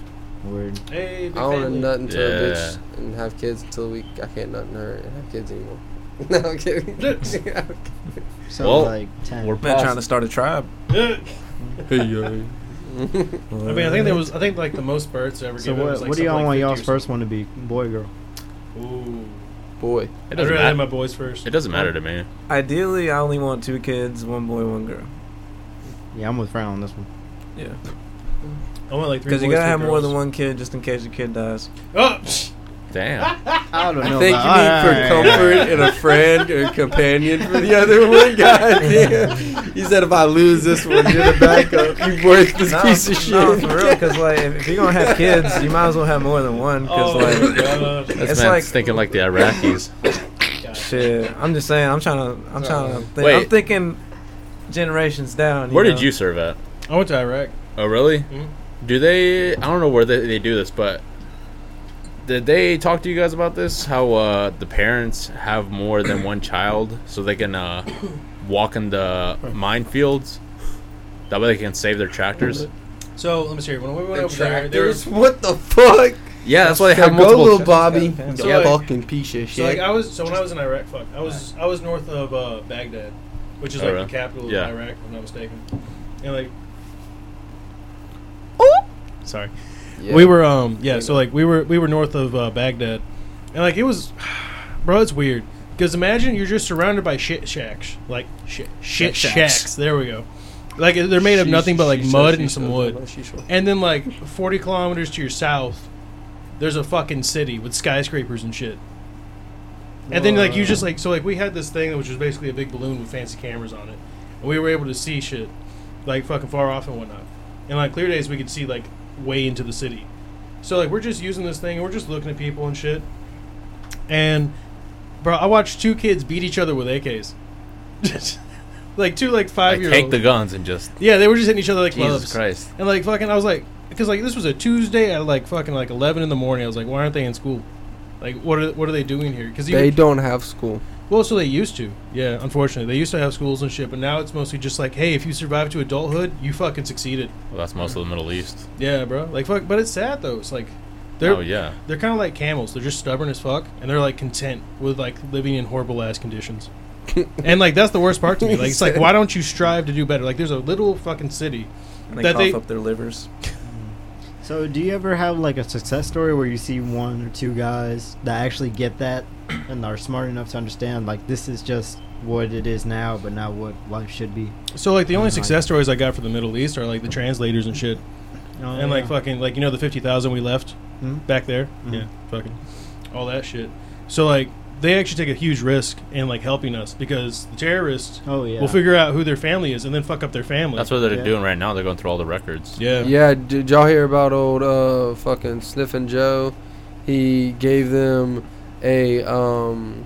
S1: Weird.
S3: Hey,
S5: I don't want nut until a
S2: Yeah.
S5: bitch and have kids until we. I can't nut in her and have kids anymore. no, I'm kidding.
S1: So
S2: Well,
S1: like ten.
S2: we're-
S4: not trying to start a tribe.
S5: hey yo.
S3: I mean, I think there was. I think like the most births ever.
S1: so
S3: given
S1: what?
S3: was, like,
S1: what do y'all
S3: something
S1: want
S3: like
S1: y'all's
S3: 50 or
S1: first one to be? Boy, or girl.
S3: something. Ooh.
S5: Boy,
S2: It
S3: I'd
S2: doesn't
S3: rather have my
S2: matter.
S3: boys first.
S2: It doesn't matter to me.
S4: Ideally, I only want two kids, one boy, one girl.
S1: Yeah, I'm with Fran on this one.
S4: Yeah,
S3: I want like three
S4: Because you
S3: boys,
S4: gotta
S3: three
S4: have more
S3: girls.
S4: than one kid just in case your kid dies.
S3: Oh,
S2: Damn.
S1: I don't
S5: I
S1: know.
S5: think you
S1: about-
S5: need for
S1: All right.
S5: comfort and a friend or companion for the other one. God damn. He said if I lose this one, you're the backup. You worth this
S4: No,
S5: piece of
S4: no,
S5: shit.
S4: for real. Because like, if, if you're gonna have kids, you might as well have more than one. Because
S3: Oh,
S4: like,
S2: This
S4: It's
S2: man's
S4: like-
S2: thinking like the Iraqis.
S4: Shit, I'm just saying. I'm trying to. I'm trying to. Think, I'm
S2: Wait.
S4: thinking generations down.
S2: Where
S4: know?
S2: did you serve at?
S3: I went to Iraq.
S2: Oh, really?
S3: Mhm.
S2: Do they? I don't know where they, they do this, but did they talk to you guys about this? How uh, the parents have more than one child so they can uh, walk in the minefields? That way they can save their tractors.
S3: So let me see. here. When we went
S5: The
S3: over there, there was
S5: tractors. What the fuck?
S2: Yeah, that's why they have
S5: So go, little
S2: multiple.
S5: Bobby.
S3: So,
S5: Yeah,
S3: like-
S5: fucking piece of
S3: so like
S5: shit.
S3: I was so when I was in Iraq, fuck, I was I was north of uh, Baghdad, which is
S2: Oh,
S3: like
S2: really?
S3: the capital
S2: Yeah.
S3: of Iraq, if I'm not mistaken. And like, sorry.
S5: Yeah.
S3: We were um yeah, so like we were we were north of uh, Baghdad, and like it was, bro, it's weird because imagine you're just surrounded by shit shacks, like shit shit shacks.
S5: Shit shacks.
S3: There we go. Like they're made of
S5: Sheesh,
S3: nothing but like
S5: sheesh,
S3: mud
S5: sheesh,
S3: and
S5: sheesh,
S3: some
S5: sheesh,
S3: wood,
S5: sheesh, sheesh.
S3: and then like 40 kilometers to your south, there's a fucking city with skyscrapers and shit. And then like you just like so like we had this thing which was basically a big balloon with fancy cameras on it, and we were able to see shit, like fucking far off and whatnot. And like clear days we could see like way into the city. So like we're just using this thing and we're just looking at people and shit. And bro, I watched two kids beat each other with AKs. like two like five
S2: Like,
S3: year
S2: take
S3: olds.
S2: the guns and just.
S3: yeah, they were just hitting each other like
S2: Jesus
S3: gloves.
S2: Christ.
S3: And like fucking, I was like, because like this was a Tuesday at like fucking like eleven in the morning. I was like, why aren't they in school? Like, what are what are they doing here? Because
S5: They don't have school.
S3: well, so they used to. Yeah, unfortunately, they used to have schools and shit. But now it's mostly just like, hey, if you survive to adulthood, you fucking succeeded.
S2: Well, that's most of the Middle East.
S3: Yeah, bro. Like fuck, but it's sad though. It's like they're
S2: oh, yeah.
S3: they're kind of like camels. They're just stubborn as fuck, and they're like content with like living in horrible ass conditions. and like that's the worst part to me. Like it's like why don't you strive to do better? Like there's a little fucking city.
S4: And they
S3: that
S4: cough
S3: they-
S4: up their livers.
S1: So, do you ever have like a success story where you see one or two guys that actually get that and are smart enough to understand like this is just what it is now, but not what life should be?
S3: So like the
S5: Oh
S3: only
S1: Mhm.
S3: success stories I got for the Middle East are like the translators and shit,
S5: Oh,
S1: Oh,
S3: and like fucking like you know the fifty thousand we left
S1: Mhm.
S3: back there,
S5: Mm-hmm.
S1: Mhm.
S3: yeah, fucking all that shit. So like they actually take a huge risk in like helping us because the terrorists
S1: oh yeah.
S3: will figure out who their family is and then fuck up their family.
S2: That's what they're
S1: Yeah.
S2: doing right now. They're going through all the records.
S3: yeah.
S5: Yeah, did y'all hear about old uh fucking Sniffin' Joe? He gave them a um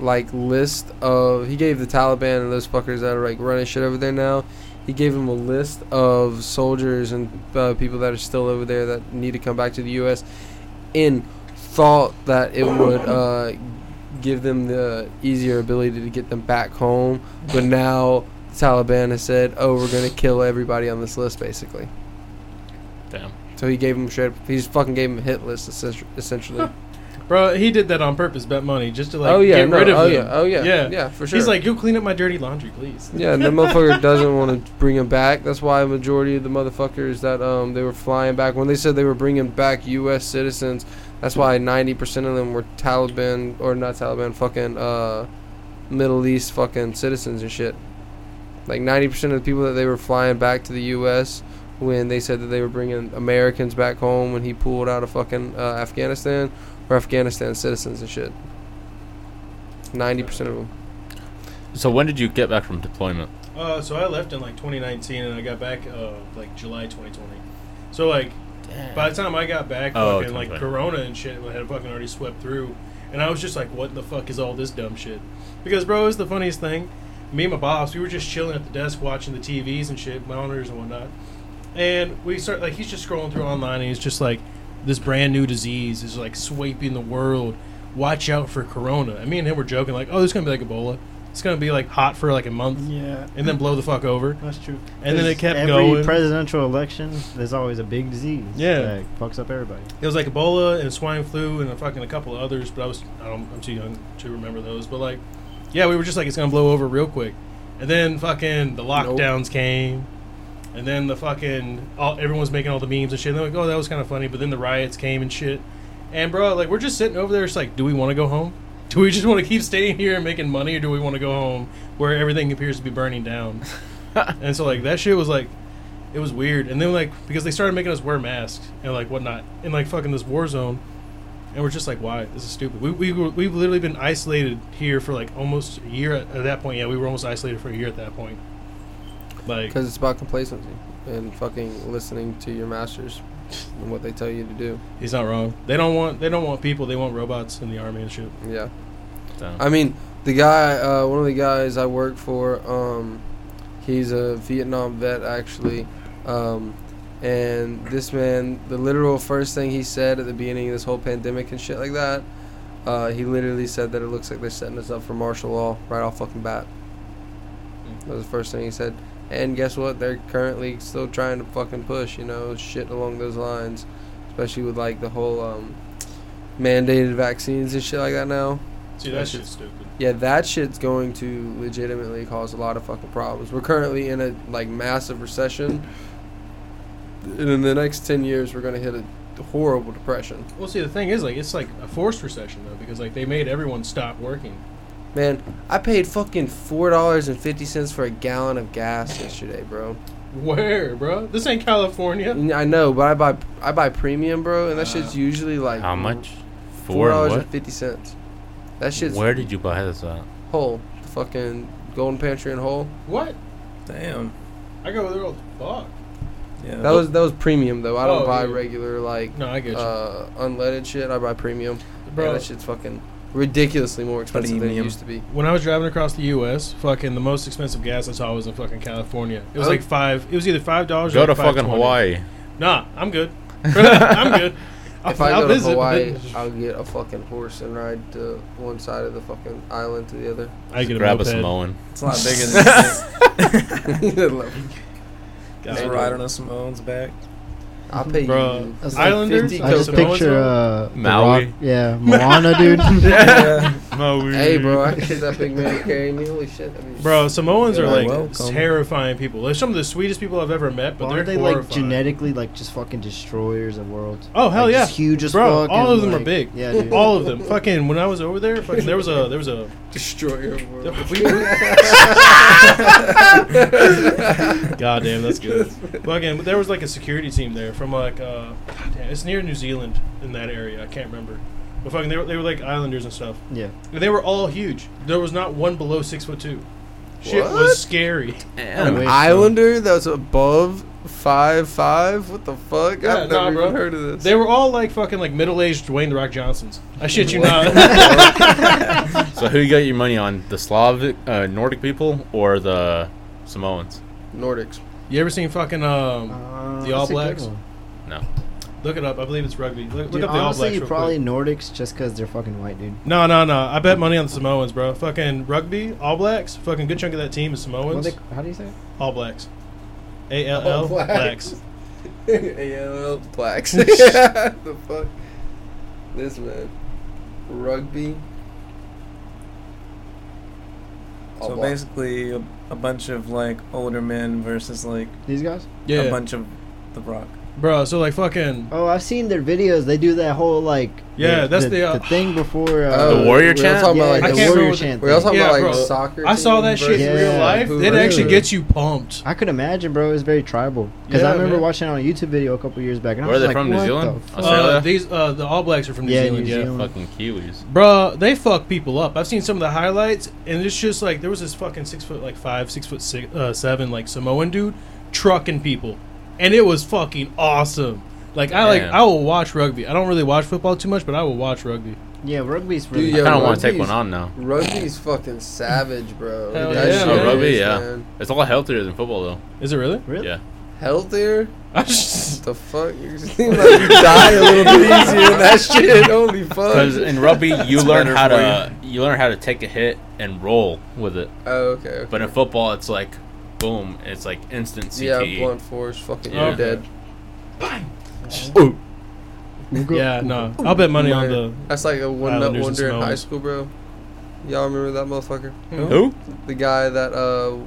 S5: like list of he gave the Taliban and those fuckers that are like running shit over there now. He gave them a list of soldiers and uh, people that are still over there that need to come back to the U.S. In thought that it would uh, give them the easier ability to get them back home, but now the Taliban has said, "Oh, we're gonna kill everybody on this list," basically.
S2: Damn.
S5: So he gave him straight. He just fucking gave him a hit list essentia- essentially.
S3: bro, he did that on purpose, bet money just to like
S5: oh yeah,
S3: get
S5: no,
S3: rid of
S5: oh
S3: them.
S5: yeah, oh yeah,
S3: Yeah.
S5: yeah, for sure.
S3: He's like, you'll clean up my dirty laundry, please.
S5: yeah, and the motherfucker doesn't want to bring him back. That's why a majority of the motherfuckers that um they were flying back when they said they were bringing back U.S. citizens. That's why ninety percent of them were Taliban or not Taliban, fucking uh, Middle East fucking citizens and shit. Like ninety percent of the people that they were flying back to the U.S. when they said that they were bringing Americans back home when he pulled out of fucking uh, Afghanistan were Afghanistan citizens and shit. Ninety percent of them.
S2: So when did you get back from deployment?
S3: Uh, so I left in like 2019 and I got back uh, like July 2020. So like by the time I got back,
S2: Oh,
S3: fucking like
S2: okay.
S3: Corona and shit had fucking already swept through, and I was just like, what the fuck is all this dumb shit? Because bro, it was the funniest thing. Me and my boss, we were just chilling at the desk watching the TVs and shit, monitors and whatnot. And we start like he's just scrolling through online and he's just like, this brand new disease is like sweeping the world. Watch out for Corona. And me and him were joking like, oh, it's gonna be like Ebola. It's gonna be like hot for like a month
S1: Yeah,
S3: and then blow the fuck over.
S1: that's true.
S3: And then it kept
S1: every
S3: going.
S1: presidential election, there's always a big disease.
S3: Yeah.
S1: that fucks up everybody.
S3: It was like Ebola and swine flu and a fucking a couple of others, but I was I don't, I'm too young to remember those. But like, yeah, we were just like it's gonna blow over real quick, and then fucking the lockdowns came, and then the fucking all, everyone's making all the memes and shit. And they're like, oh, that was kind of funny, but then the riots came and shit, and bro, like we're just sitting over there, it's like, do we want to go home? Do we just want to keep staying here and making money, or do we want to go home where everything appears to be burning down? and so like that shit was like, It was weird. And then like because they started making us wear masks and like whatnot and like fucking this war zone, and we're just like, why? This is stupid. We we were, we've literally been isolated here for like almost a year at, at that point. Yeah, we were almost isolated for a year at that point. Like
S5: because it's about complacency and fucking listening to your masters and what they tell you to do.
S3: he's not wrong. They don't want they don't want people. They want robots in the army and shit.
S5: Yeah.
S2: So,
S5: I mean, the guy, uh, one of the guys I work for, um, he's a Vietnam vet actually, um, and this man, the literal first thing he said at the beginning of this whole pandemic and shit like that, uh, he literally said that it looks like they're setting us up for martial law right off fucking bat. That was the first thing he said. And guess what? They're currently still trying to fucking push, you know, shit along those lines, especially with like the whole um, mandated vaccines and shit like that now.
S3: See, that shit's stupid.
S5: Yeah, that shit's going to legitimately cause a lot of fucking problems. We're currently in a like massive recession. And in the next 10 years we're going to hit a horrible depression.
S3: Well, see, the thing is, like, it's like a forced recession though, because like they made everyone stop working.
S5: Man, I paid fucking $4.50 for a gallon of gas yesterday, bro.
S3: Where, bro? This ain't California.
S5: And I know, but I buy I buy premium, bro, and that shit's
S3: Uh,
S5: usually like
S2: how much? Four and what?
S5: $4.50. That shit's
S2: Where did you buy this at?
S5: whole the fucking Golden Pantry and Whole.
S3: What?
S4: Damn.
S3: I go there all the fuck.
S4: Yeah.
S5: That was that was premium though. I don't
S3: Oh,
S5: buy
S3: yeah.
S5: regular like
S3: No, I get you,
S5: uh, unleaded shit. I buy premium. Bro,
S3: bro.
S5: that shit's fucking ridiculously more expensive than it
S4: Premium.
S5: used to be.
S3: when I was driving across the U.S., fucking the most expensive gas I saw was in fucking California. It was
S5: Oh.
S3: like five. It was either five dollars.
S2: Go
S3: or
S2: to
S3: like
S2: fucking
S3: $5.20.
S2: Hawaii.
S3: Nah, I'm good. I'm good. I'll,
S5: if I
S3: I'll
S5: go to
S3: visit, but
S5: Hawaii,
S3: then-
S5: I'll get a fucking horse and ride to one side of the fucking island to the other.
S3: I get a
S2: Grab a
S3: moped.
S2: Samoan.
S4: It's a lot bigger than this.
S3: God.
S4: Just riding on Simone's back.
S5: I'll pay
S3: Bro,
S5: you.
S1: That's like
S3: Islanders.
S5: 50
S1: I just
S5: Cocoa.
S1: picture uh, The
S2: Maui.
S1: Rock- yeah, Moana, dude.
S5: hey, bro, I could get that big man to carry me. Holy shit. that'd be-
S3: Bro, Samoans
S4: You're
S3: are like
S4: welcome.
S3: terrifying people. They're some of the sweetest people I've ever met, but
S1: Aren't
S3: they're
S1: they like
S3: horrifying.
S1: genetically like just fucking destroyers of worlds?
S3: Oh hell
S1: Like,
S3: yeah,
S1: just huge as
S3: bro!
S1: fuck
S3: all
S1: and,
S3: of them are
S1: like-
S3: big.
S1: yeah, dude.
S3: all of them. Fucking when I was over there, fucking there was a there was a
S5: Destroyer world.
S3: God damn, that's good. Fucking, but there was like a security team there from like, uh, God damn, it's near New Zealand in that area. I can't remember. But fucking, they were, they were like islanders and stuff.
S1: Yeah.
S3: And they were all huge. There was not one below six foot two. Shit
S5: What?
S3: was scary.
S1: I
S5: An
S1: wish so.
S5: islander that was above five five. What the fuck?
S3: Yeah,
S5: I've never
S3: nah,
S5: even
S3: bro.
S5: heard of this.
S3: They were all like fucking like middle aged Dwayne the Rock Johnsons. I shit you
S5: What?
S3: not.
S2: So who you got your money on? The Slavic, uh, Nordic people, or the Samoans?
S5: Nordics.
S3: you ever seen fucking um?
S1: Uh,
S3: The All
S1: that's a good
S3: Blacks?
S1: one.
S2: No.
S3: Look it up. I believe it's rugby. Look,
S1: Dude,
S3: look up the All
S1: honestly,
S3: Blacks.
S1: you
S3: real
S1: probably
S3: quick.
S1: Nordics just because they're fucking white, dude.
S3: No, no, no. I bet money on the Samoans, bro. Fucking rugby, All Blacks. Fucking good chunk of that team is
S1: What
S3: Samoans.
S1: they, how do you say? It?
S3: All Blacks. A L L
S5: All Blacks.
S3: Blacks.
S5: ALL blacks. the fuck? This man. Rugby. All
S4: so
S5: black.
S4: basically, a, a bunch of like older men versus like
S1: These guys?
S4: a bunch of The Rock.
S3: bro. So like fucking.
S1: Oh, I've seen their videos. They do that whole like
S3: Yeah, that's
S1: the,
S3: the, uh,
S1: the thing before uh,
S5: Oh,
S2: The warrior
S5: we're all
S2: chant?
S5: talking
S1: yeah,
S5: about, like,
S3: I
S1: the
S5: the
S3: can't
S1: warrior
S3: remember
S1: chant.
S5: We're all
S1: thing.
S5: talking
S3: Yeah,
S5: about like
S3: bro.
S5: soccer.
S3: I saw
S5: team
S3: that shit in
S5: versus,
S3: real
S1: Yeah.
S3: life.
S5: who
S3: It actually
S5: versus-
S3: gets you pumped.
S1: I could imagine, bro. It's very tribal. Because
S3: Yeah,
S1: I remember
S3: man.
S1: watching it on a YouTube video a couple years back. And
S2: Where
S1: I
S2: are
S1: was
S2: they
S1: like,
S2: from? New
S1: what
S2: Zealand?
S1: the fuck?
S3: Uh,
S2: Australia?
S3: these uh, the All Blacks are from New
S1: Yeah,
S3: Zealand.
S1: New
S3: yeah.
S1: Zealand.
S2: Fucking Kiwis.
S3: Bro, they fuck people up. I've seen some of the highlights, and it's just like there was this fucking six foot like five, six foot six, uh, seven like Samoan dude trucking people, and it was fucking awesome. Like I like
S2: Damn.
S3: I will watch rugby. I don't really watch football too much, but I will watch rugby.
S1: Yeah, rugby's
S5: Dude,
S1: really.
S5: yeah,
S2: I kind of want to take
S5: rugby's-
S2: one on now.
S5: Rugby's fucking savage, bro.
S3: Hell
S5: That
S3: yeah,
S5: shit
S3: man.
S2: Oh, rugby,
S5: is,
S2: yeah.
S5: man.
S2: It's a lot healthier than football, though.
S3: Is it really?
S1: Really?
S2: Yeah.
S5: Healthier?
S3: I just,
S5: The fuck? You seem like you die a little bit easier than that shit. Holy
S2: Because
S5: fuck.
S2: in rugby, you
S4: It's
S2: learn
S4: better
S2: how
S4: for
S2: to you learn how to take a hit and roll with it.
S5: Oh, okay. okay.
S2: But in football, it's like boom. It's like instant E.
S5: Yeah,
S2: CTE.
S5: blunt force. Fucking,
S2: Yeah.
S5: you're dead.
S3: yeah, no. I'll bet money on the.
S5: That's like a one nut
S3: Islanders and
S5: wonder in high
S3: Samoans.
S5: school, bro. Y'all remember that motherfucker?
S1: Hmm.
S2: Who?
S5: The guy that uh,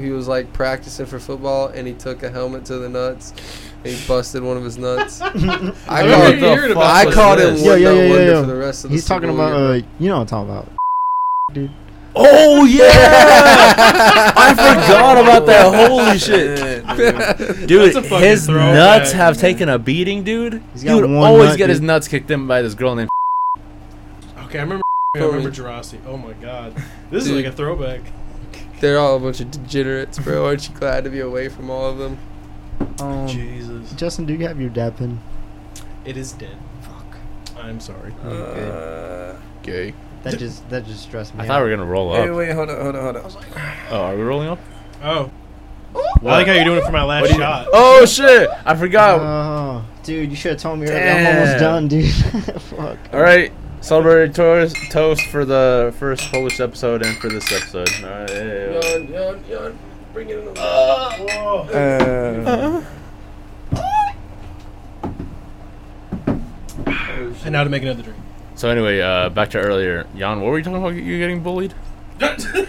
S5: he was like practicing for football and he took a helmet to the nuts. And he busted one of his nuts. I
S3: remember
S5: called,
S3: hearing
S5: the
S3: about
S5: I
S3: this.
S5: called him
S1: Yo,
S5: one
S1: yo, yo,
S5: nut
S1: yo,
S5: wonder
S1: yo.
S5: for the rest of the
S1: He's talking
S5: school
S1: about.
S5: year.
S1: Uh, you know what I'm talking about. Dude.
S2: Oh yeah! I forgot about that. Holy shit,
S1: uh,
S2: dude!
S3: That's a fucking
S2: His
S3: throwback.
S2: nuts have taken a beating, dude.
S1: He's
S2: He
S1: got
S2: would
S1: one
S2: always
S1: nut,
S2: get his
S1: dude.
S2: nuts kicked in by this girl named.
S3: Okay, I remember. I
S5: Totally.
S3: remember Jurassic. Oh my god, this is
S5: Dude.
S3: like a throwback.
S5: They're all a bunch of degenerates, bro. Aren't you glad to be away from all of them?
S4: Um,
S3: Jesus,
S1: Justin, do you have your dab pin?
S3: it is dead. Fuck. Oh. I'm sorry.
S4: uh,
S5: Gay.
S1: That just that just stressed me.
S2: I
S1: out.
S2: thought we were gonna roll
S4: hey,
S2: up.
S4: wait, hold on, hold on, hold on.
S2: Oh, are we rolling up?
S3: Oh, I
S2: What?
S3: like how you're doing it for my last
S2: What do you-
S3: shot.
S2: Oh shit! I forgot.
S1: Oh, dude, you should have told me earlier. I'm almost done,
S2: Damn.
S1: dude. Fuck.
S2: All right, celebratory toast, toast for the first Polish episode and for this episode. All right.
S5: Yon, yon, yon. Bring it in.
S3: Whoa.
S4: Uh,
S3: And now to make another drink.
S2: So anyway, uh, back to earlier, Jan. What were you talking about? You getting bullied?
S5: He said, "We'll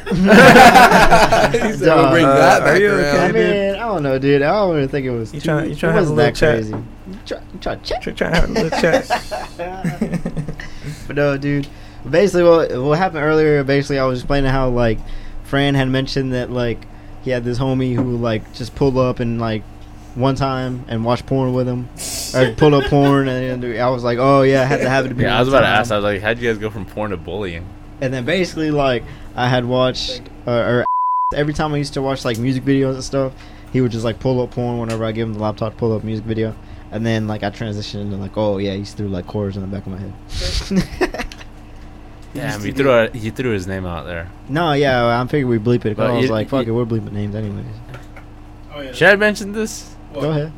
S5: bring
S4: Uh,
S5: that
S4: are
S5: back
S4: you
S5: around."
S4: okay?
S1: I mean, I don't know, dude. I don't even think it was.
S4: You
S1: too,
S4: tryna- you
S1: it
S4: tryna have a
S1: wasn't
S4: little
S1: that
S4: chat.
S1: crazy. You try, you try to check.
S4: try, try to have a little chat.
S1: But no, dude. Basically, what what happened earlier? Basically, I was explaining how like Fran had mentioned that like he had this homie who like just pulled up and like one time and watched porn with him, or pulled up porn, and then I was like, oh yeah, I had to have it to be.
S2: Yeah, I
S1: one
S2: was about to
S1: time.
S2: ask. I was like, how'd you guys go from porn to bullying?
S1: And then basically, like, I had watched, uh, or every time I used to watch, like, music videos and stuff, he would just, like, pull up porn whenever I give him the laptop to pull up music video. And then, like, I transitioned and, like, oh, yeah, he's threw, like, chords in the back of my head.
S2: Damn, you threw out, you threw his name out there.
S1: no, yeah, I figured we bleep it. 'cause
S2: But
S1: I was
S2: you-
S1: like, fuck
S2: you-
S1: it, we're bleeping names anyways.
S3: Oh yeah.
S2: Should I mention this?
S1: Go ahead.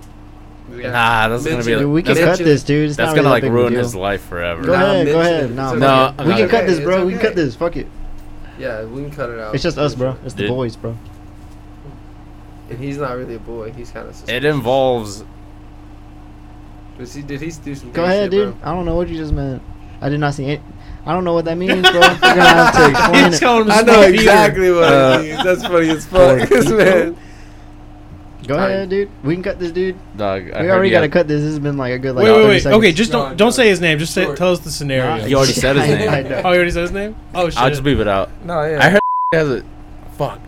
S2: Nah, that's gonna be.
S5: Mention-
S1: Dude, we can
S2: that's,
S5: Mitch-
S1: cut this, dude. It's
S2: that's
S1: not
S2: gonna
S1: really
S2: like
S1: that big of a
S2: ruin
S1: deal.
S2: his life forever.
S1: Go
S5: Nah,
S1: ahead, go
S5: Mitch-
S1: ahead.
S5: it's
S1: Nah,
S5: okay.
S2: No,
S1: we can
S2: okay.
S1: cut this,
S5: It's
S1: bro. We can
S5: okay.
S1: cut this. Fuck it.
S5: Yeah, we can cut it out.
S1: It's just us, bro. It's the
S2: Dude.
S1: boys, bro.
S5: And he's not really a boy. He's kind of.
S2: It involves.
S5: Was he, did he do some?
S1: Go
S5: gay
S1: ahead,
S5: shit, bro?
S1: dude. I don't know what you just meant. I did not see it. I don't know what that means, bro. You're gonna have to explain
S3: He's
S1: it.
S3: calling him
S5: I know
S3: Sweet Peter.
S5: exactly what
S2: Uh,
S5: it means. That's funny as fuck, man.
S1: Go
S5: Alright.
S1: ahead, dude. We can cut this, dude.
S2: Dog, I
S1: we
S2: heard
S1: already
S2: you
S1: got to
S2: had-
S1: cut this. This has been like a good like.
S3: wait, wait,
S1: 30
S3: wait.
S1: Seconds.
S3: Okay, just
S5: No,
S3: don't don't
S5: no.
S3: say his name. Just say,
S5: Short.
S3: tell us the scenario.
S2: You already said his
S1: I-
S2: name.
S1: I know.
S3: Oh, you already said his name. Oh shit.
S2: I'll just leave it out.
S4: no,
S2: I
S4: yeah.
S2: heard he has a. Fuck.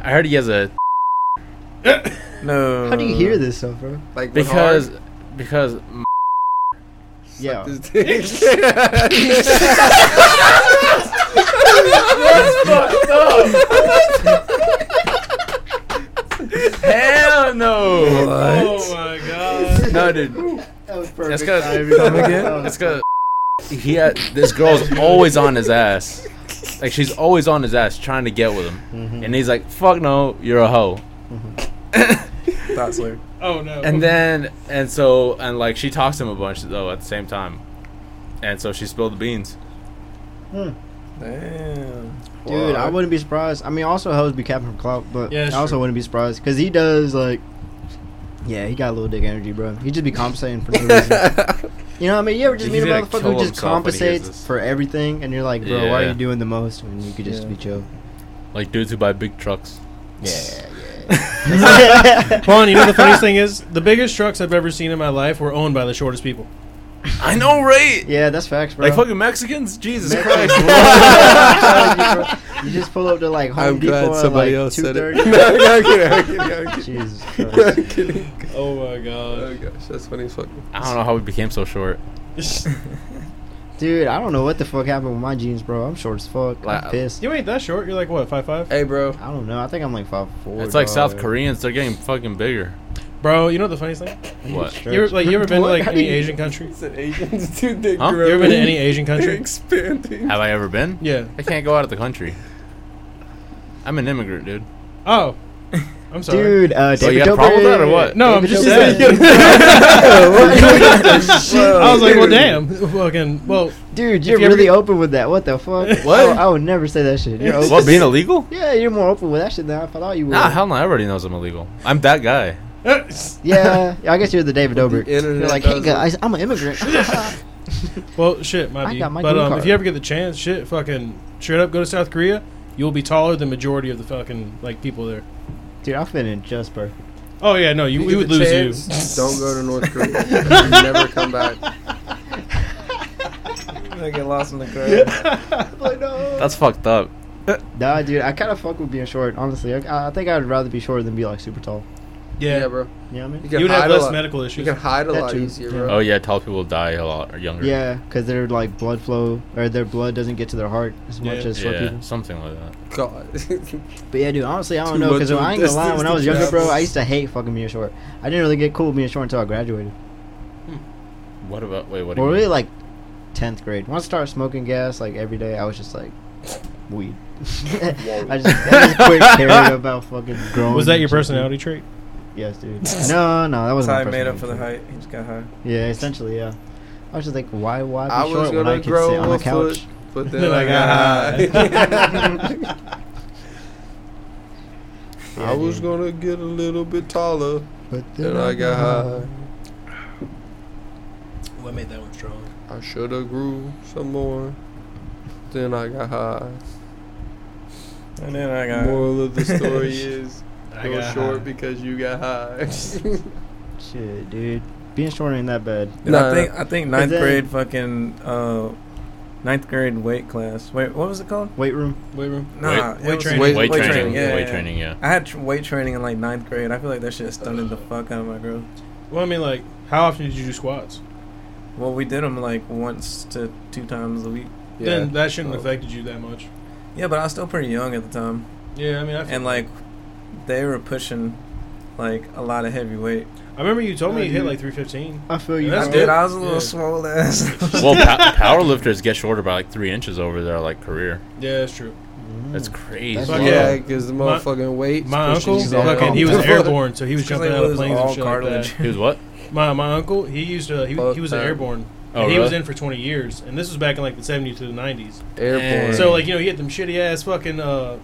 S2: I heard he has a
S4: No.
S1: How do you hear this stuff, bro?
S5: Like with
S2: because
S5: hard-
S2: because
S1: Yeah.
S5: this dick. That's fucked up.
S2: hell no.
S3: Oh my god.
S2: No, dude.
S1: That was perfect.
S2: That's cause
S4: Come again?
S2: That's cause he had this girl's always on his ass. Like she's always on his ass trying to get with him,
S1: Mhm.
S2: and he's like, "Fuck no, you're a hoe."
S4: That's weird.
S3: Oh no.
S2: And then and so and like she talks to him a bunch though at the same time, and so she spilled the beans.
S4: Damn.
S1: Dude, I wouldn't be surprised. I mean, also hoes be capping from clout, but
S3: Yeah,
S1: I
S3: that's
S1: also
S3: true.
S1: wouldn't be surprised because he does like. Yeah, he got a little dick energy, bro. He just be compensating for no reason. You know what I mean? You ever just
S2: He's
S1: meet a
S2: gonna
S1: motherfucker
S2: kill
S1: who just
S2: himself when he hears
S1: compensates
S2: this.
S1: for everything, and you're like, bro, why are
S2: Yeah.
S1: you doing the most when you could just
S4: Yeah.
S1: be chill?
S2: Like dudes who buy big trucks.
S1: Yeah, yeah.
S3: Juan, you know the funniest thing is the biggest trucks I've ever seen in my life were owned by the shortest people.
S2: I know, right?
S1: yeah, that's facts, bro.
S2: Like fucking Mexicans. Jesus
S1: Mexican
S2: Christ.
S1: food. I'm telling you, bro, you just pull up to like Home
S5: I'm
S1: Depot
S5: glad
S1: at,
S5: somebody
S1: like,
S5: else said it.
S1: 2:30.
S5: No, no, I'm kidding, I'm kidding, I'm kidding.
S1: Jesus Christ.
S5: I'm kidding.
S3: Oh my god.
S5: Oh gosh, that's funny as fuck.
S2: I don't know how we became so short.
S1: Dude, I don't know what the fuck happened with my jeans, bro. I'm short as fuck.
S2: Wow.
S1: I'm pissed.
S3: You ain't that short. You're like what, five five?
S5: Hey, bro.
S1: I don't know. I think I'm like five four.
S2: It's like South Koreans. They're getting fucking bigger.
S3: Bro, you know the funniest thing?
S2: What?
S3: You ever like you ever been to like any Asian country?
S5: It's an Asian dude. They
S2: Huh?
S5: grew
S3: You ever been to
S5: up-
S3: any Asian
S5: they're
S3: country?
S5: Expanding.
S2: Have I ever been?
S3: Yeah.
S2: I can't go out of the country. I'm an immigrant, dude.
S3: Oh, I'm sorry.
S1: Dude, uh, David
S2: So you got a problem with that or what?
S3: no, I'm just
S1: David
S3: saying.
S5: Whoa.
S3: I was like, well, damn. Fucking, well,
S1: Dude, you're
S3: you ever
S1: really
S3: get-
S1: open with that. What the fuck?
S2: What?
S1: I, would- I would never say that shit. You're open.
S2: What being illegal?
S1: Yeah, you're more open with that shit than I thought you were.
S2: Nah, hell no. Everybody knows I'm illegal. I'm that guy.
S3: uh,
S1: Yeah, I guess you're the David Dobrik.
S5: internet
S1: You're like, hey
S5: does it."
S1: guys, I'm an immigrant.
S3: well, shit, my
S1: I
S3: B.
S1: got my
S3: But
S1: green
S3: um, if
S1: card.
S3: you ever get the chance, shit, fucking, straight up, go to South Korea. You'll be taller than majority of the fucking like people there.
S1: Dude, I'm feeling just perfect.
S3: Oh yeah, no, you, we would lose you.
S5: Don't go to North Korea. You never come back.
S4: I get lost in the crowd.
S1: Like, no.
S2: That's fucked up.
S1: Nah, dude, I kind of fuck with being short. Honestly, I, I think I'd rather be short than be like super tall.
S3: Yeah,
S5: bro.
S1: You know what I mean?
S5: You
S3: you,
S5: can
S3: would
S5: hide
S3: have
S5: a
S3: less
S5: lot.
S3: medical
S5: You
S3: issues.
S5: can hide a
S1: That
S5: lot
S1: too.
S5: easier,
S3: Yeah.
S5: bro.
S2: Oh yeah, tall people die a lot or younger.
S1: Yeah, because their like blood flow or their blood doesn't get to their heart as much
S3: Yeah.
S1: as short
S2: yeah,
S1: people.
S2: something like that.
S5: God.
S1: But yeah, dude, honestly, I don't
S5: Too
S1: know because
S5: much
S1: I ain't
S5: of
S1: gonna lie.
S5: distance
S1: When
S5: to
S1: I was younger, bro,
S5: travel.
S1: I used to hate fucking being short. I didn't really get cool with being short until I graduated.
S2: What about wait? What? do
S1: Well,
S2: you
S1: really,
S2: mean?
S1: like tenth grade. Once I started smoking gas, like every day, I was just like weed. I just, I just quit caring about fucking growing.
S3: Was that your
S1: and shit, dude.
S3: personality trait?
S1: Yes, dude. No, no, that
S4: That's
S1: wasn't.
S4: how
S1: my
S4: I made up
S1: personality
S4: for the
S1: trait.
S4: height. He just got high.
S1: Yeah, essentially, yeah. I was just like, why, why be
S5: I was
S1: short when I
S5: gonna
S1: could
S5: grow
S1: sit on
S5: a
S1: the
S5: foot,
S1: couch? ah.
S5: but
S3: Then
S5: then
S3: I
S5: I
S3: got
S5: got high. I
S1: Yeah,
S5: was
S1: dude.
S5: gonna get a little bit taller,
S1: But
S5: then I got high.
S3: What made that one strong?
S5: I shoulda grew some more, then I got high.
S4: And then I got
S5: Moral of the story is
S3: I
S5: go
S3: got
S5: short
S3: high.
S5: because you got high.
S1: Shit, dude. Being short ain't that bad.
S4: Dude,
S5: Nah.
S4: I think I think ninth
S1: then-
S4: grade fucking uh, ninth grade weight class. Wait, what was it called?
S1: Weight room.
S5: Wait, bro.
S4: Nah,
S3: Weight-
S4: it
S3: weight
S4: was-
S3: training.
S5: Weight-
S2: weight,
S5: weight
S2: training,
S5: training,
S4: yeah,
S2: weight
S4: yeah.
S2: training, yeah.
S4: I had tr- weight training in like ninth grade. I feel like that shit stunted the fuck out of my growth.
S3: Well, I mean, like, how often did you do squats?
S4: Well, we did them like once to two times a week.
S3: Then that shouldn't
S5: Oh.
S3: have affected you that much.
S4: Yeah, but I was still pretty young at the time,
S3: Yeah, I mean, I,
S4: and like they were pushing like a lot of heavy weight.
S3: I remember you told me
S1: No,
S3: you hit
S1: dude.
S3: like 315.
S1: I feel you.
S3: That's
S4: I
S3: good.
S4: did. I was a little
S3: Yeah.
S4: swole ass.
S2: well, pa- power lifters get shorter by like three inches over their like career.
S3: Yeah, that's true.
S1: Mm.
S2: That's crazy.
S1: That's
S5: Yeah,
S3: Hmm. Fuck
S5: 'cause
S3: yeah.
S5: yeah, because the
S3: My-
S5: motherfucking weight.
S3: My uncle,
S1: pushing you down.
S3: fucking, he was
S1: Yeah.
S3: airborne, so he was
S4: It's 'cause
S3: jumping
S4: they
S3: out of
S4: lose
S3: planes and
S4: all
S3: shit like
S4: cartilage.
S3: that.
S2: He was what?
S3: My, my uncle, he used to, he,
S5: Fuck
S3: he was an
S5: that.
S3: airborne.
S2: Oh,
S3: and he
S2: really?
S3: was in for 20 years, and this was back in like the 70s to the 90s.
S5: Airborne.
S2: Right.
S3: So like you know, you get them shitty ass fucking uh,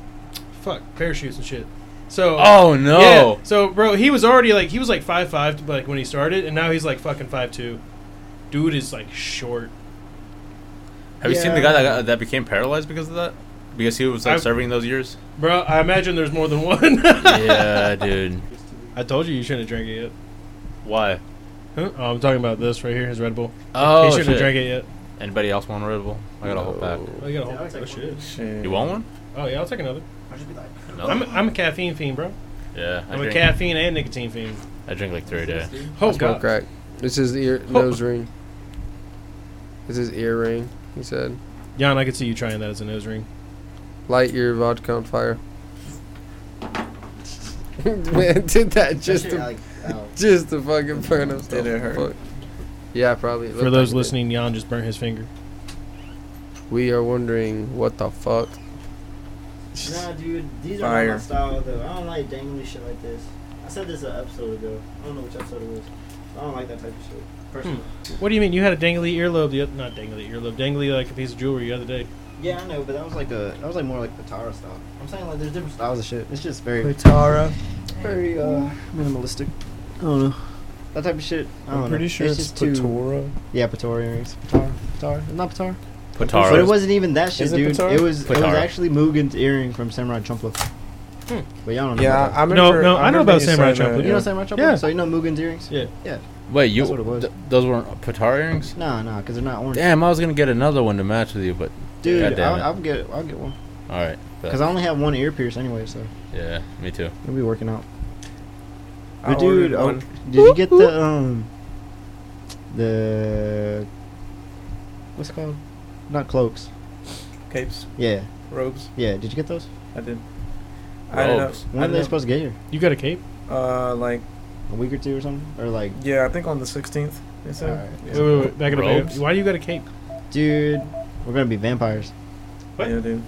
S3: fuck parachutes and shit. So
S2: oh no!
S3: yeah. So bro, he was already like he was like five five like when he started, and now he's like fucking five two. Dude is like short.
S2: Have you seen the
S1: Yeah.
S2: guy that got, that became paralyzed because of that? Because he was like
S3: I've-
S2: serving those years.
S3: Bro, I imagine there's more than one.
S2: yeah, dude.
S3: I told you you shouldn't drink it yet.
S2: Why?
S3: Huh? Oh, I'm talking about this right here, his Red Bull.
S2: Oh
S3: he shouldn't
S2: shit!
S3: have drank it yet.
S2: Anybody else want a Red Bull? I got a whole pack.
S5: No.
S3: Oh, you got a whole
S1: Yeah, I
S3: oh,
S1: like
S3: shit.
S4: Shit.
S2: You want one?
S3: Oh yeah, I'll take another.
S2: No.
S3: I'm, I'm a caffeine fiend, bro.
S2: yeah, I
S3: I'm a
S2: drink,
S3: caffeine and nicotine fiend.
S2: I drink like three a day.
S3: Oh
S5: Smoke
S3: god.
S5: crack. It's his ear
S3: Oh.
S5: nose ring. It's his earring. He said,
S3: Jan, I could see you trying that as a nose ring.
S5: "Light your vodka on fire." Man, did that just to,
S1: oh,
S5: just to fucking burn himself?
S4: Did it hurt?
S5: Fuck. Yeah, probably. It
S3: For
S5: looked
S3: those
S5: like it did.
S3: listening, Jan just burnt his finger.
S5: we are wondering what the fuck.
S1: Nah, dude, these
S4: Fire.
S1: are not my style though. I don't like dangly shit like this. I said this an episode ago. I don't know which episode it was. I don't like that type of shit. Personally.
S3: What do you mean? You had a dangly earlobe the oth- not dangly earlobe, dangly like a piece of jewelry the other day.
S1: Yeah, I know, but that was like a that was like more like the Tara style. I'm saying like there's different styles of shit. It's just very
S4: Tara.
S1: very uh minimalistic. I don't know. That type of shit. I don't know. just too. Yeah, Patara earrings. Patara, Patara, It's not Patara.
S2: Patara.
S1: But it wasn't even that shit,
S4: Is it
S1: dude.
S4: Pitara?
S1: It was it was
S2: Pitara.
S1: actually Mugen's earring from Samurai Champloo. But y'all don't know.
S4: Yeah,
S1: about
S4: I
S1: that.
S4: remember.
S3: No, no, I know
S4: remember
S3: about
S4: you
S3: Samurai
S4: saying uh,
S3: Champloo.
S4: that,
S1: you know
S4: yeah.
S1: Samurai Champloo.
S3: Yeah.
S1: So you know Mugen's earrings?
S3: Yeah.
S2: Wait, you?
S1: That's what it was.
S2: th- those weren't Patara earrings?
S1: Nah, nah, because they're not orange.
S2: Damn, I was gonna get another one to match with you, but God
S1: Dude,
S2: damn
S1: I'll,
S2: it.
S1: I'll get I'll get one.
S2: all right. bet.
S1: Because I only have one ear pierce anyway, so
S2: yeah, me too.
S1: it'll be working out.
S4: I
S1: But dude,
S4: ordered
S1: oh,
S4: one.
S1: did you get the um the what's it called? Not cloaks.
S4: capes,
S1: Yeah,
S4: robes.
S1: yeah. Did you get those?
S4: I did. I don't know.
S2: Robes.
S1: When
S4: I
S1: are they
S4: don't-
S1: supposed to get here?
S3: You got a cape?
S4: Uh, like
S1: A week or two or something? Or like,
S4: yeah, I think on the sixteenth. They said.
S1: Alright.
S4: Yeah.
S3: Wait, wait, wait. Back it up. Back it up.
S2: Robes?
S3: Why do you got a cape?
S1: dude, we're gonna be vampires.
S3: What?
S4: Yeah, dude.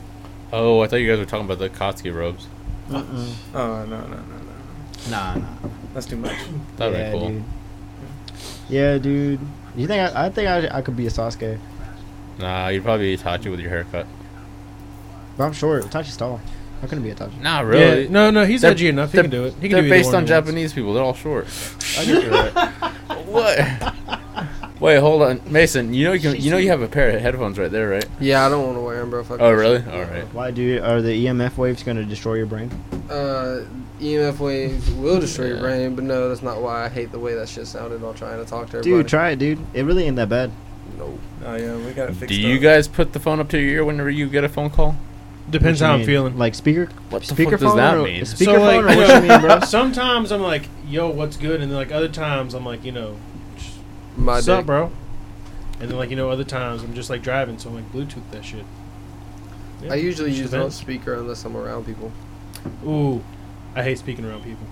S2: Oh, I thought you guys were talking about the Kotsky robes.
S1: Uh-uh.
S4: Oh no, no, no, no.
S1: Nah, nah.
S4: That's too much.
S2: That'd
S1: yeah,
S2: be cool.
S1: Dude. Yeah, dude. You think I, I think I, I could be a Sasuke,
S2: Nah, you'd probably be Itachi with your haircut.
S1: but I'm short. Itachi's tall. I couldn't be Itachi.
S2: Nah, really.
S3: Yeah, no, no, he's
S2: They're-
S3: edgy enough. He
S2: they're-
S3: can do it. He can
S2: They're
S3: do either
S2: based
S3: one
S2: on
S3: he wants.
S2: Japanese people. They're all short.
S1: I could do that.
S2: what? Wait, hold on, Mason. You know you can, you know you have a pair of headphones right there, right?
S5: Yeah, I don't want to wear them, bro. Fuck
S2: Oh,
S5: that
S2: really?
S5: shit.
S2: All right.
S1: Why, dude? Are the EMF waves gonna destroy your brain?
S5: Uh, EMF waves will destroy your
S2: Yeah.
S5: brain, but no, that's not why I hate the way that shit sounded while trying to talk to everybody.
S1: Dude, try it, dude. It really ain't that bad.
S5: no.
S4: Oh yeah, we gotta fix.
S2: Do you
S4: those.
S2: guys put the phone up to your ear whenever you get a phone call?
S3: Depends
S1: What you
S3: how I'm
S1: mean?
S3: feeling.
S1: Like speaker.
S2: What the
S1: speakerphone
S2: fuck does that
S1: or-
S2: mean?
S1: speakerphone
S3: So, like,
S1: or what you mean, bro?
S3: sometimes I'm like, yo, what's good? And then like other times I'm like, you know,
S5: My
S3: what's
S5: dick.
S3: up, bro? And then like you know, other times I'm just like driving, so I'm like Bluetooth that shit. Yeah,
S5: I usually
S3: just
S5: use
S3: depends.
S5: loudspeaker unless I'm around people.
S3: Ooh, I hate speaking around people.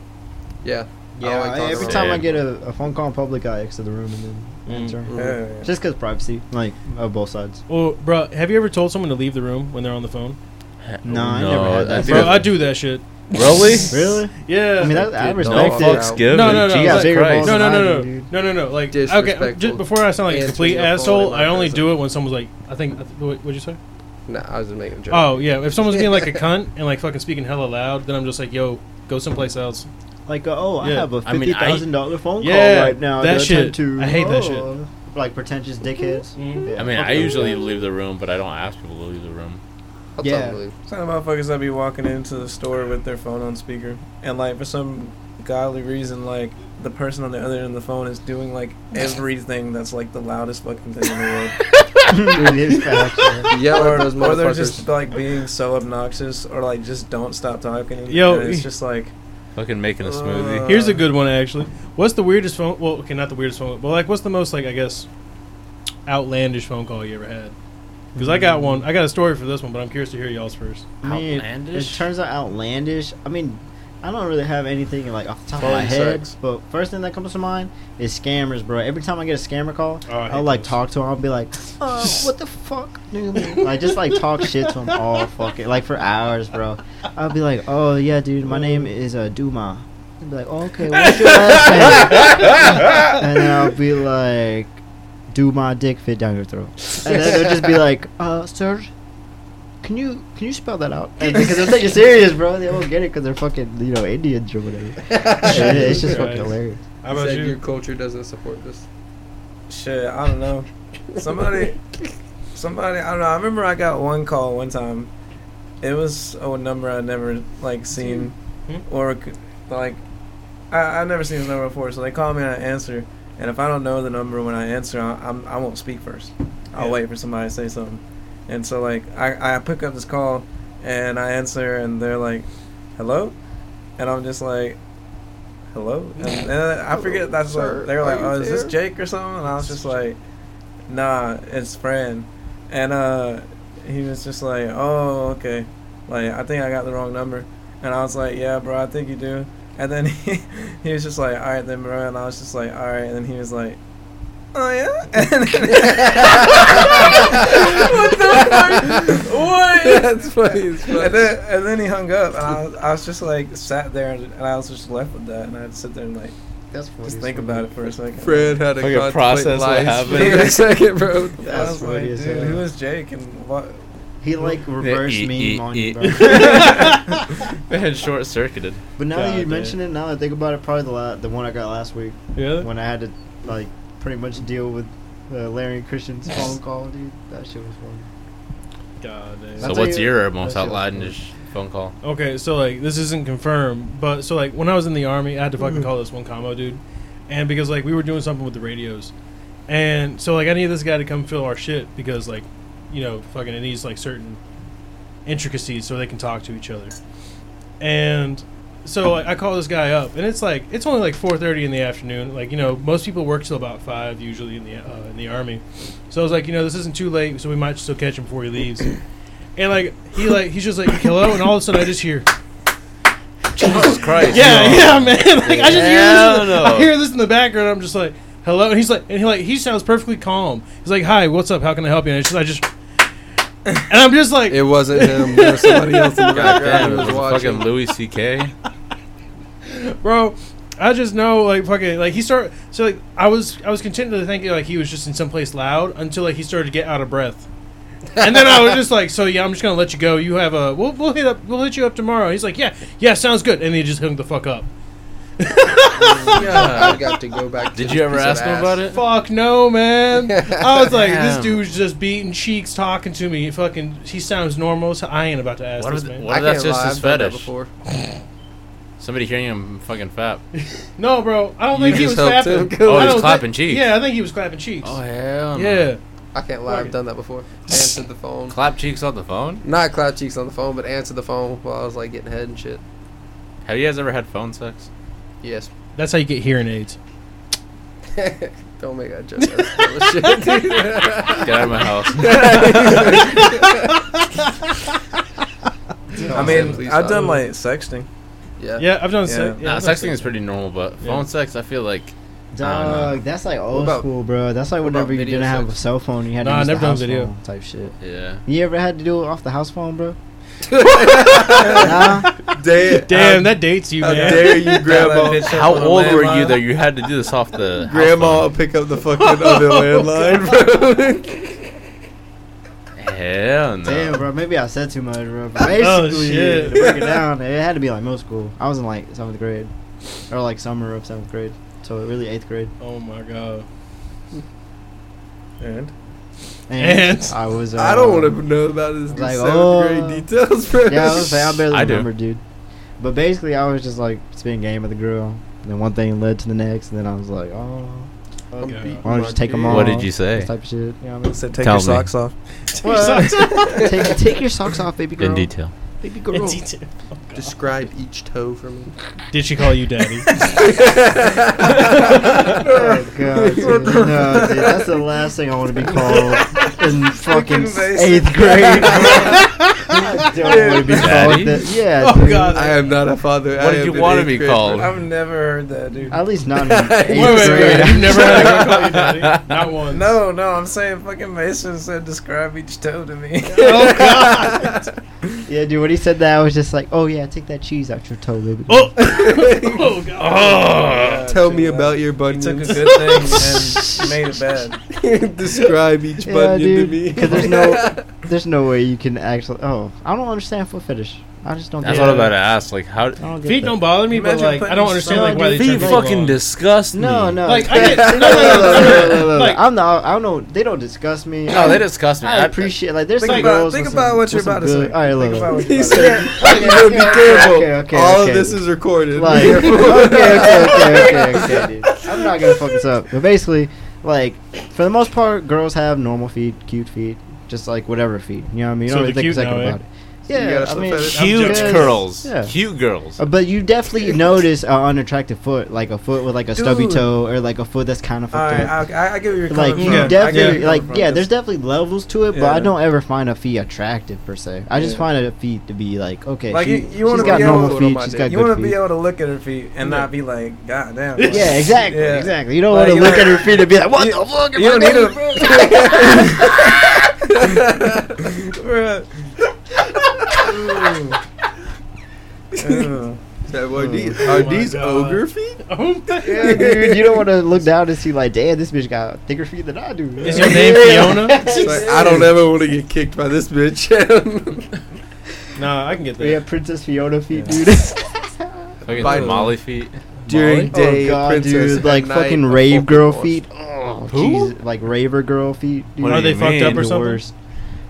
S5: Yeah.
S1: Yeah,
S5: I like
S1: I-
S5: talking
S1: every
S5: about
S1: time I
S2: it.
S1: get a, a phone call in public, I exit the room and then answer.
S5: Mm.
S4: Yeah, yeah.
S1: Just because privacy, like of both sides.
S3: Well, bro, have you ever told someone to leave the room when they're on the phone?
S1: No, I never had that.
S2: think
S3: Bro,
S2: that's-
S3: I do that shit.
S2: Really?
S1: Really?
S3: Yeah.
S1: I mean, that, I
S5: Dude,
S2: No
S1: respect
S5: dog.
S1: it.
S2: fucks
S5: No,
S2: given.
S3: no, no,
S2: Jesus
S3: you got
S1: bigger
S2: Christ.
S1: balls
S3: no, no,
S1: than I
S3: no,
S1: do,
S3: no,
S1: dude.
S3: no, no, no. Like, okay,
S5: Disrespectful.
S3: just before I sound like a
S5: Answer
S3: complete
S5: your phone
S3: asshole,
S5: like
S3: I only
S5: that.
S3: do it when someone's like, I think, I th- what, what'd you say?
S5: Nah, I was just making a joke.
S3: Oh yeah, if someone's being like a cunt and like fucking speaking hella loud, then I'm just like, yo, go someplace else.
S1: Like, uh, oh, I
S3: Yeah.
S1: have a
S2: I mean,
S1: fifty
S2: I-
S1: thousand dollar phone
S3: Yeah,
S1: call right now.
S3: that
S1: to attend
S3: shit.
S1: To,
S3: I hate that
S1: oh, Like pretentious dickheads.
S3: Mhm.
S1: Yeah,
S2: I mean,
S1: fuck
S2: I
S1: those
S2: usually
S1: guys.
S2: leave the room, but I don't ask people to leave the room.
S5: I'll
S1: yeah.
S5: totally-
S4: Some motherfuckers that be walking into the store with their phone on speaker, and like for some godly reason, like the person on the other end of the phone is doing like everything that's like the loudest fucking thing in the world.
S1: Dude, it is facts, man.
S5: Yell
S4: or,
S5: at those
S4: or they're
S5: motherfuckers.
S4: just like being so obnoxious, or like just don't stop talking.
S3: Yo,
S4: and it's just like
S2: Fucking making a
S4: Uh,
S2: smoothie.
S3: Here's a good one actually. What's the weirdest phone? Well, okay, not the weirdest phone, but like, what's the most like I guess outlandish phone call you ever had? Because I got one. I got a story for this one, but I'm curious to hear y'all's first.
S1: I mean, it
S2: Outlandish?
S1: turns out outlandish. I mean, I don't really have anything like off the top of my
S4: Phone
S1: head,
S4: sex.
S1: but first thing that comes to mind is scammers, bro. Every time I get a scammer call,
S3: Oh, I hate
S1: I'll like
S3: those.
S1: talk to him. I'll be like, uh, "What the fuck, dude?" like just like talk shit to him all fucking like for hours, bro. I'll be like, "Oh yeah, dude, my name is uh, Duma." I'll be like, oh, "Okay, what's your last name?" and then I'll be like, "Do my dick fit down your throat?" And then they'll just be like, "Uh, sir, can you can you spell that out?" And because they'll take it serious, bro. They won't get it because they're fucking you know Indians or whatever. And it's just fucking hilarious.
S3: How
S5: Said
S3: about
S5: Your
S3: you?
S5: culture doesn't support this.
S4: shit. I don't know. Somebody, somebody. I don't know. I remember I got one call one time. It was a number I'd never like seen,
S3: Hmm?
S4: or c- like I, I've never seen this number before. So they call me and I answer. And if I don't know the number when I answer, I, I'm I won't speak first. I'll
S3: Yeah.
S4: wait for somebody to say something. And so like I, I pick up this call and I answer and they're like, "Hello," and I'm just like, "Hello." And, and I forget that's
S5: Sir,
S4: what they're like.
S5: are
S4: Oh,
S5: you
S4: is this
S5: there?"
S4: Jake or something? And I was just like, "Nah, it's Fran." And uh, he was just like, "Oh, okay." Like I think I got the wrong number. And I was like, "Yeah, bro, I think you do." And then he, he was just like, "All right, then, bro." And I was just like, "All right." And then he was like, "Oh yeah." And then, what the fuck? What?
S5: That's funny as fuck.
S4: And then, and then he hung up, and I was, I was just like sat there, and, and I was just left with that, and I had to sit there and like
S1: That's funny.
S4: just think about it for a second.
S5: Fred had a
S2: Fucking
S5: contemplate
S2: process what
S5: life
S2: happened.
S5: for a second, bro.
S4: I was
S1: That's
S4: like,
S1: funny as
S4: dude,
S1: hell.
S4: who is Jake, and what?
S1: He like reverse
S4: e,
S2: eh, eh,
S1: meme on you,
S2: eh.
S1: bro.
S2: Man, short circuited.
S1: But now that you
S3: God,
S1: mention it, now that I think about it, probably the la- the one I got last week
S3: Yeah.
S1: when I had to like pretty much deal with uh, Larry and Christian's phone call, dude. That shit was funny.
S3: God damn.
S2: So
S1: That's
S2: what's
S1: how you-
S2: your most
S1: that's your-
S2: outlandish phone call?
S3: Okay, so like this isn't confirmed, but so like when I was in the army, I had to fucking call this one combo dude, and because like we were doing something with the radios, and so like I need this guy to come fill our shit because like, you know, fucking it needs like certain intricacies so they can talk to each other, and so like, I call this guy up, and it's like it's only like four thirty in the afternoon. Like you know, most people work till about five usually in the uh, in the army, so I was like, you know, this isn't too late, so we might still catch him before he leaves. And like he like he's just like hello, and all of a sudden I just hear
S2: Jesus Christ.
S3: yeah
S2: no.
S3: yeah man like I just hear this
S2: Hell
S3: in the,
S2: no.
S3: I hear this in the background. I'm just like hello, and he's like and he like he sounds perfectly calm. He's like hi, what's up? How can I help you? And it's just, I just and I'm just like
S5: It wasn't him. There was somebody else in the
S2: God
S5: background
S2: damn,
S5: who
S2: it
S5: was
S2: was
S5: watching.
S2: fucking Louis C.K.
S3: bro. I just know, like fucking, like he started. So like, I was, I was content to think like he was just in some place loud until like he started to get out of breath, and then I was just like, so yeah, I'm just gonna let you go. You have a, we'll, we'll hit up, we'll hit you up tomorrow. He's like, yeah, yeah, sounds good, and he just hung the fuck up.
S5: yeah, I got to go back. To
S2: Did
S5: this
S2: you ever
S5: piece of
S2: ask him
S5: ass.
S2: about it?
S3: Fuck no, man. I was like, this
S2: Damn.
S3: dude's just beating cheeks, talking to me. Fucking, he sounds normal. So I ain't about to ask
S2: What
S3: this
S2: is-
S3: man.
S2: what-
S5: I
S2: Or that's
S5: can't
S2: just
S5: lie,
S2: his
S5: I've done that
S2: fetish.
S5: before.
S2: Somebody hearing him fucking fap.
S3: No, bro, I don't
S5: You
S3: think he was
S5: just helped
S3: clapping.
S5: him go.
S2: Oh,
S3: I
S2: he was
S3: don't thi-
S2: clapping cheeks. Oh,
S3: Yeah, I think he was clapping cheeks.
S2: hell
S3: yeah.
S5: I can't lie.
S3: Fuck it.
S5: I've done that before. answered the phone.
S2: Clap cheeks on the phone.
S5: Not cloud cheeks on the phone, but answered the phone while I was like getting head and shit.
S2: Have you guys ever had phone sex?
S5: Yes.
S3: That's how you get hearing aids.
S5: Don't make that joke. That's dumb as shit, dude.
S2: Get out of my house.
S4: I mean, I've done like sexting.
S5: yeah.
S3: Yeah, I've done.
S4: Yeah.
S3: se-
S2: nah,
S3: I've done
S2: sexting is pretty normal, but
S3: Yeah.
S2: phone sex, I feel like
S1: Dog, that's like old
S5: about-
S1: school, bro. That's like
S5: what about
S1: whenever you
S5: video
S1: didn't have a
S5: sex?
S1: cell phone, you had to
S3: Nah, I
S1: use
S3: never
S1: the
S3: done
S1: house
S3: video.
S1: phone type shit.
S2: yeah.
S1: You ever had to do it off the house phone, bro? nah,
S5: Damn.
S3: Damn, that dates you,
S5: How
S3: man.
S5: dare you, Grandma?
S2: How old were you that you had to do this off the house
S5: Grandma will
S2: phone?
S5: pick up the fucking other landline, bro.
S2: Hell no.
S1: damn, bro. Maybe I said too much, bro. But Basically,
S3: Oh, shit.
S1: to break it down, it had to be like middle school. I was in like seventh grade, or like summer of seventh grade, so really eighth grade.
S3: Oh my god.
S4: And
S1: And,
S3: And-
S1: I was. Uh,
S5: I don't want to know about his
S1: Like,
S5: seventh
S1: oh.
S5: grade details, bro.
S1: Yeah, I was saying I barely
S2: I do.
S1: remember, dude. But basically, I was just like spitting game with the girl. And then one thing led to the next, and then I was like, oh,
S5: I'm
S3: Okay.
S5: beating
S1: Why don't you
S5: my
S1: take 'em
S5: dick.
S1: all?
S2: What did you say?
S1: this type of shit. You know what I mean?
S4: I said, take
S2: Tell
S4: your
S2: me.
S4: socks off.
S1: What? take, take your socks off, baby girl.
S2: In detail.
S1: Baby girl.
S3: And detail. Oh, God.
S5: Describe each toe for me.
S3: Did she call you daddy?
S1: Oh, God, dude. No, dude, that's the last thing I want to be called in fucking
S4: basic.
S1: eighth grade. I don't want to be
S2: Daddy?
S1: called that. Yeah,
S3: Oh,
S1: dude.
S3: God.
S5: I am not a father.
S2: What
S5: I
S2: did
S5: am
S2: you
S5: an
S2: wanna
S5: eighth
S2: be
S5: grade
S2: called?
S4: I've never heard that, dude.
S1: At least not in eighth
S3: wait,
S5: Wait,
S3: wait,
S1: grade.
S3: wait. You've never had a girl call you daddy? Not once.
S4: No, no, I'm saying fucking Mason said describe each toe to me.
S3: Oh god.
S1: Yeah, dude. When he said that, I was just like, "Oh yeah, take that cheese out your toe, baby."
S3: Oh. oh god.
S5: Tell me
S4: Shit,
S5: about your
S4: You took a
S5: bunions.
S4: good thing and made it bad.
S5: Describe each
S1: Yeah,
S5: bunion to
S1: dude,
S5: me.
S1: 'cause there's no- There's no way you can actually. Oh, I don't understand foot fetish. I just don't.
S2: That's
S1: get
S2: what
S1: it.
S2: I'm about to ask. Like, how?
S1: I don't get
S3: Feet
S1: that.
S3: don't bother me, but
S4: Imagine
S3: like I
S4: putting
S3: don't understand
S1: snow
S3: like why
S1: on
S3: they
S1: your
S3: turn
S1: feet.
S3: people
S1: fucking
S3: on.
S2: disgust
S1: No, no.
S3: Like, I get-
S1: no, no, no, no, no, no, no.
S3: Like-
S1: I'm not. I don't know. They don't disgust me.
S2: No, they disgust me.
S1: I appreciate. Like, there's
S4: Think
S1: some
S4: about-
S1: girls.
S4: think
S1: with
S4: about
S1: some-
S4: what
S1: with
S4: you're
S1: some
S4: about to
S1: good-
S4: say.
S1: All right,
S4: Think
S1: look.
S4: about what
S5: He
S4: Okay,
S5: said,
S1: okay,
S5: you know, be
S1: okay,
S5: careful.
S1: okay, okay,
S5: All
S1: okay.
S5: of this is recorded.
S1: Like,
S5: Be
S1: okay,
S5: careful.
S1: okay, okay, okay, okay, dude. I'm not gonna fuck this up. But basically, like, for the most part, girls have normal feet, cute feet, just like whatever feet. You know what I mean? You
S3: So
S1: don't really
S3: the
S1: think a
S3: cute
S1: second
S3: now, eh?
S1: about it.
S5: you
S1: Yeah,
S5: got a
S1: I
S5: foot
S1: mean,
S5: fetish?
S2: Huge
S1: Yes.
S2: curls.
S1: Yeah.
S2: Cute girls.
S1: Uh, But you definitely notice an unattractive foot, like a foot with like a stubby
S4: Dude.
S1: toe, or like a foot that's kind of
S4: All
S1: fucked
S4: right,
S1: up.
S4: I, I, I give you your
S1: Like you
S3: Yeah.
S4: from. I get where
S1: definitely,
S4: you're
S1: like
S4: coming from,
S1: yeah,
S4: 'cause
S1: there's definitely levels to it, but I
S4: Yeah.
S1: don't ever find a fee attractive per se. I just
S4: Yeah.
S1: find a feet to be like okay,
S4: Like,
S1: she,
S4: you- you wanna
S1: she's got
S4: be able to
S1: normal
S5: put on
S1: feet,
S5: my
S1: she's
S5: dick.
S1: got
S4: You
S1: good
S4: want to
S1: feet.
S4: be able to look at her feet and not be like, God damn. like-
S1: Yeah, exactly,
S4: Yeah.
S1: exactly. You don't
S4: Like,
S1: want
S4: you
S1: to look
S4: know-
S1: at her feet and be like, "What
S4: you-
S1: the fuck?" am
S4: you
S1: I
S4: don't need
S1: doing,
S4: to-
S1: bro?"
S4: Bruh. Ooh. Ooh.
S5: That boy, these-
S3: Oh
S5: Are
S3: my
S5: these
S3: God.
S5: ogre feet?
S3: Oh,
S1: Yeah, dude, you don't want to look down and see like, "Damn, this bitch got thicker feet than I do."
S3: Is your name Fiona?
S5: It's like, I don't ever want to get kicked by this bitch.
S3: nah, I can get that.
S1: We have Princess Fiona feet,
S3: Yeah.
S1: dude.
S2: Fucking
S5: Bite.
S2: Molly feet.
S5: During
S3: Molly?
S5: day,
S1: oh god,
S5: princess,
S1: dude,
S5: at
S1: like
S5: night,
S1: fucking
S5: a
S1: rave
S5: Pokemon.
S1: girl feet. Oh,
S2: Who?
S1: jeez, like raver girl feet. Dude.
S2: What
S3: Are
S2: do
S3: they
S2: you
S3: fucked up
S2: mean?
S3: or
S1: The
S3: something?
S1: worst.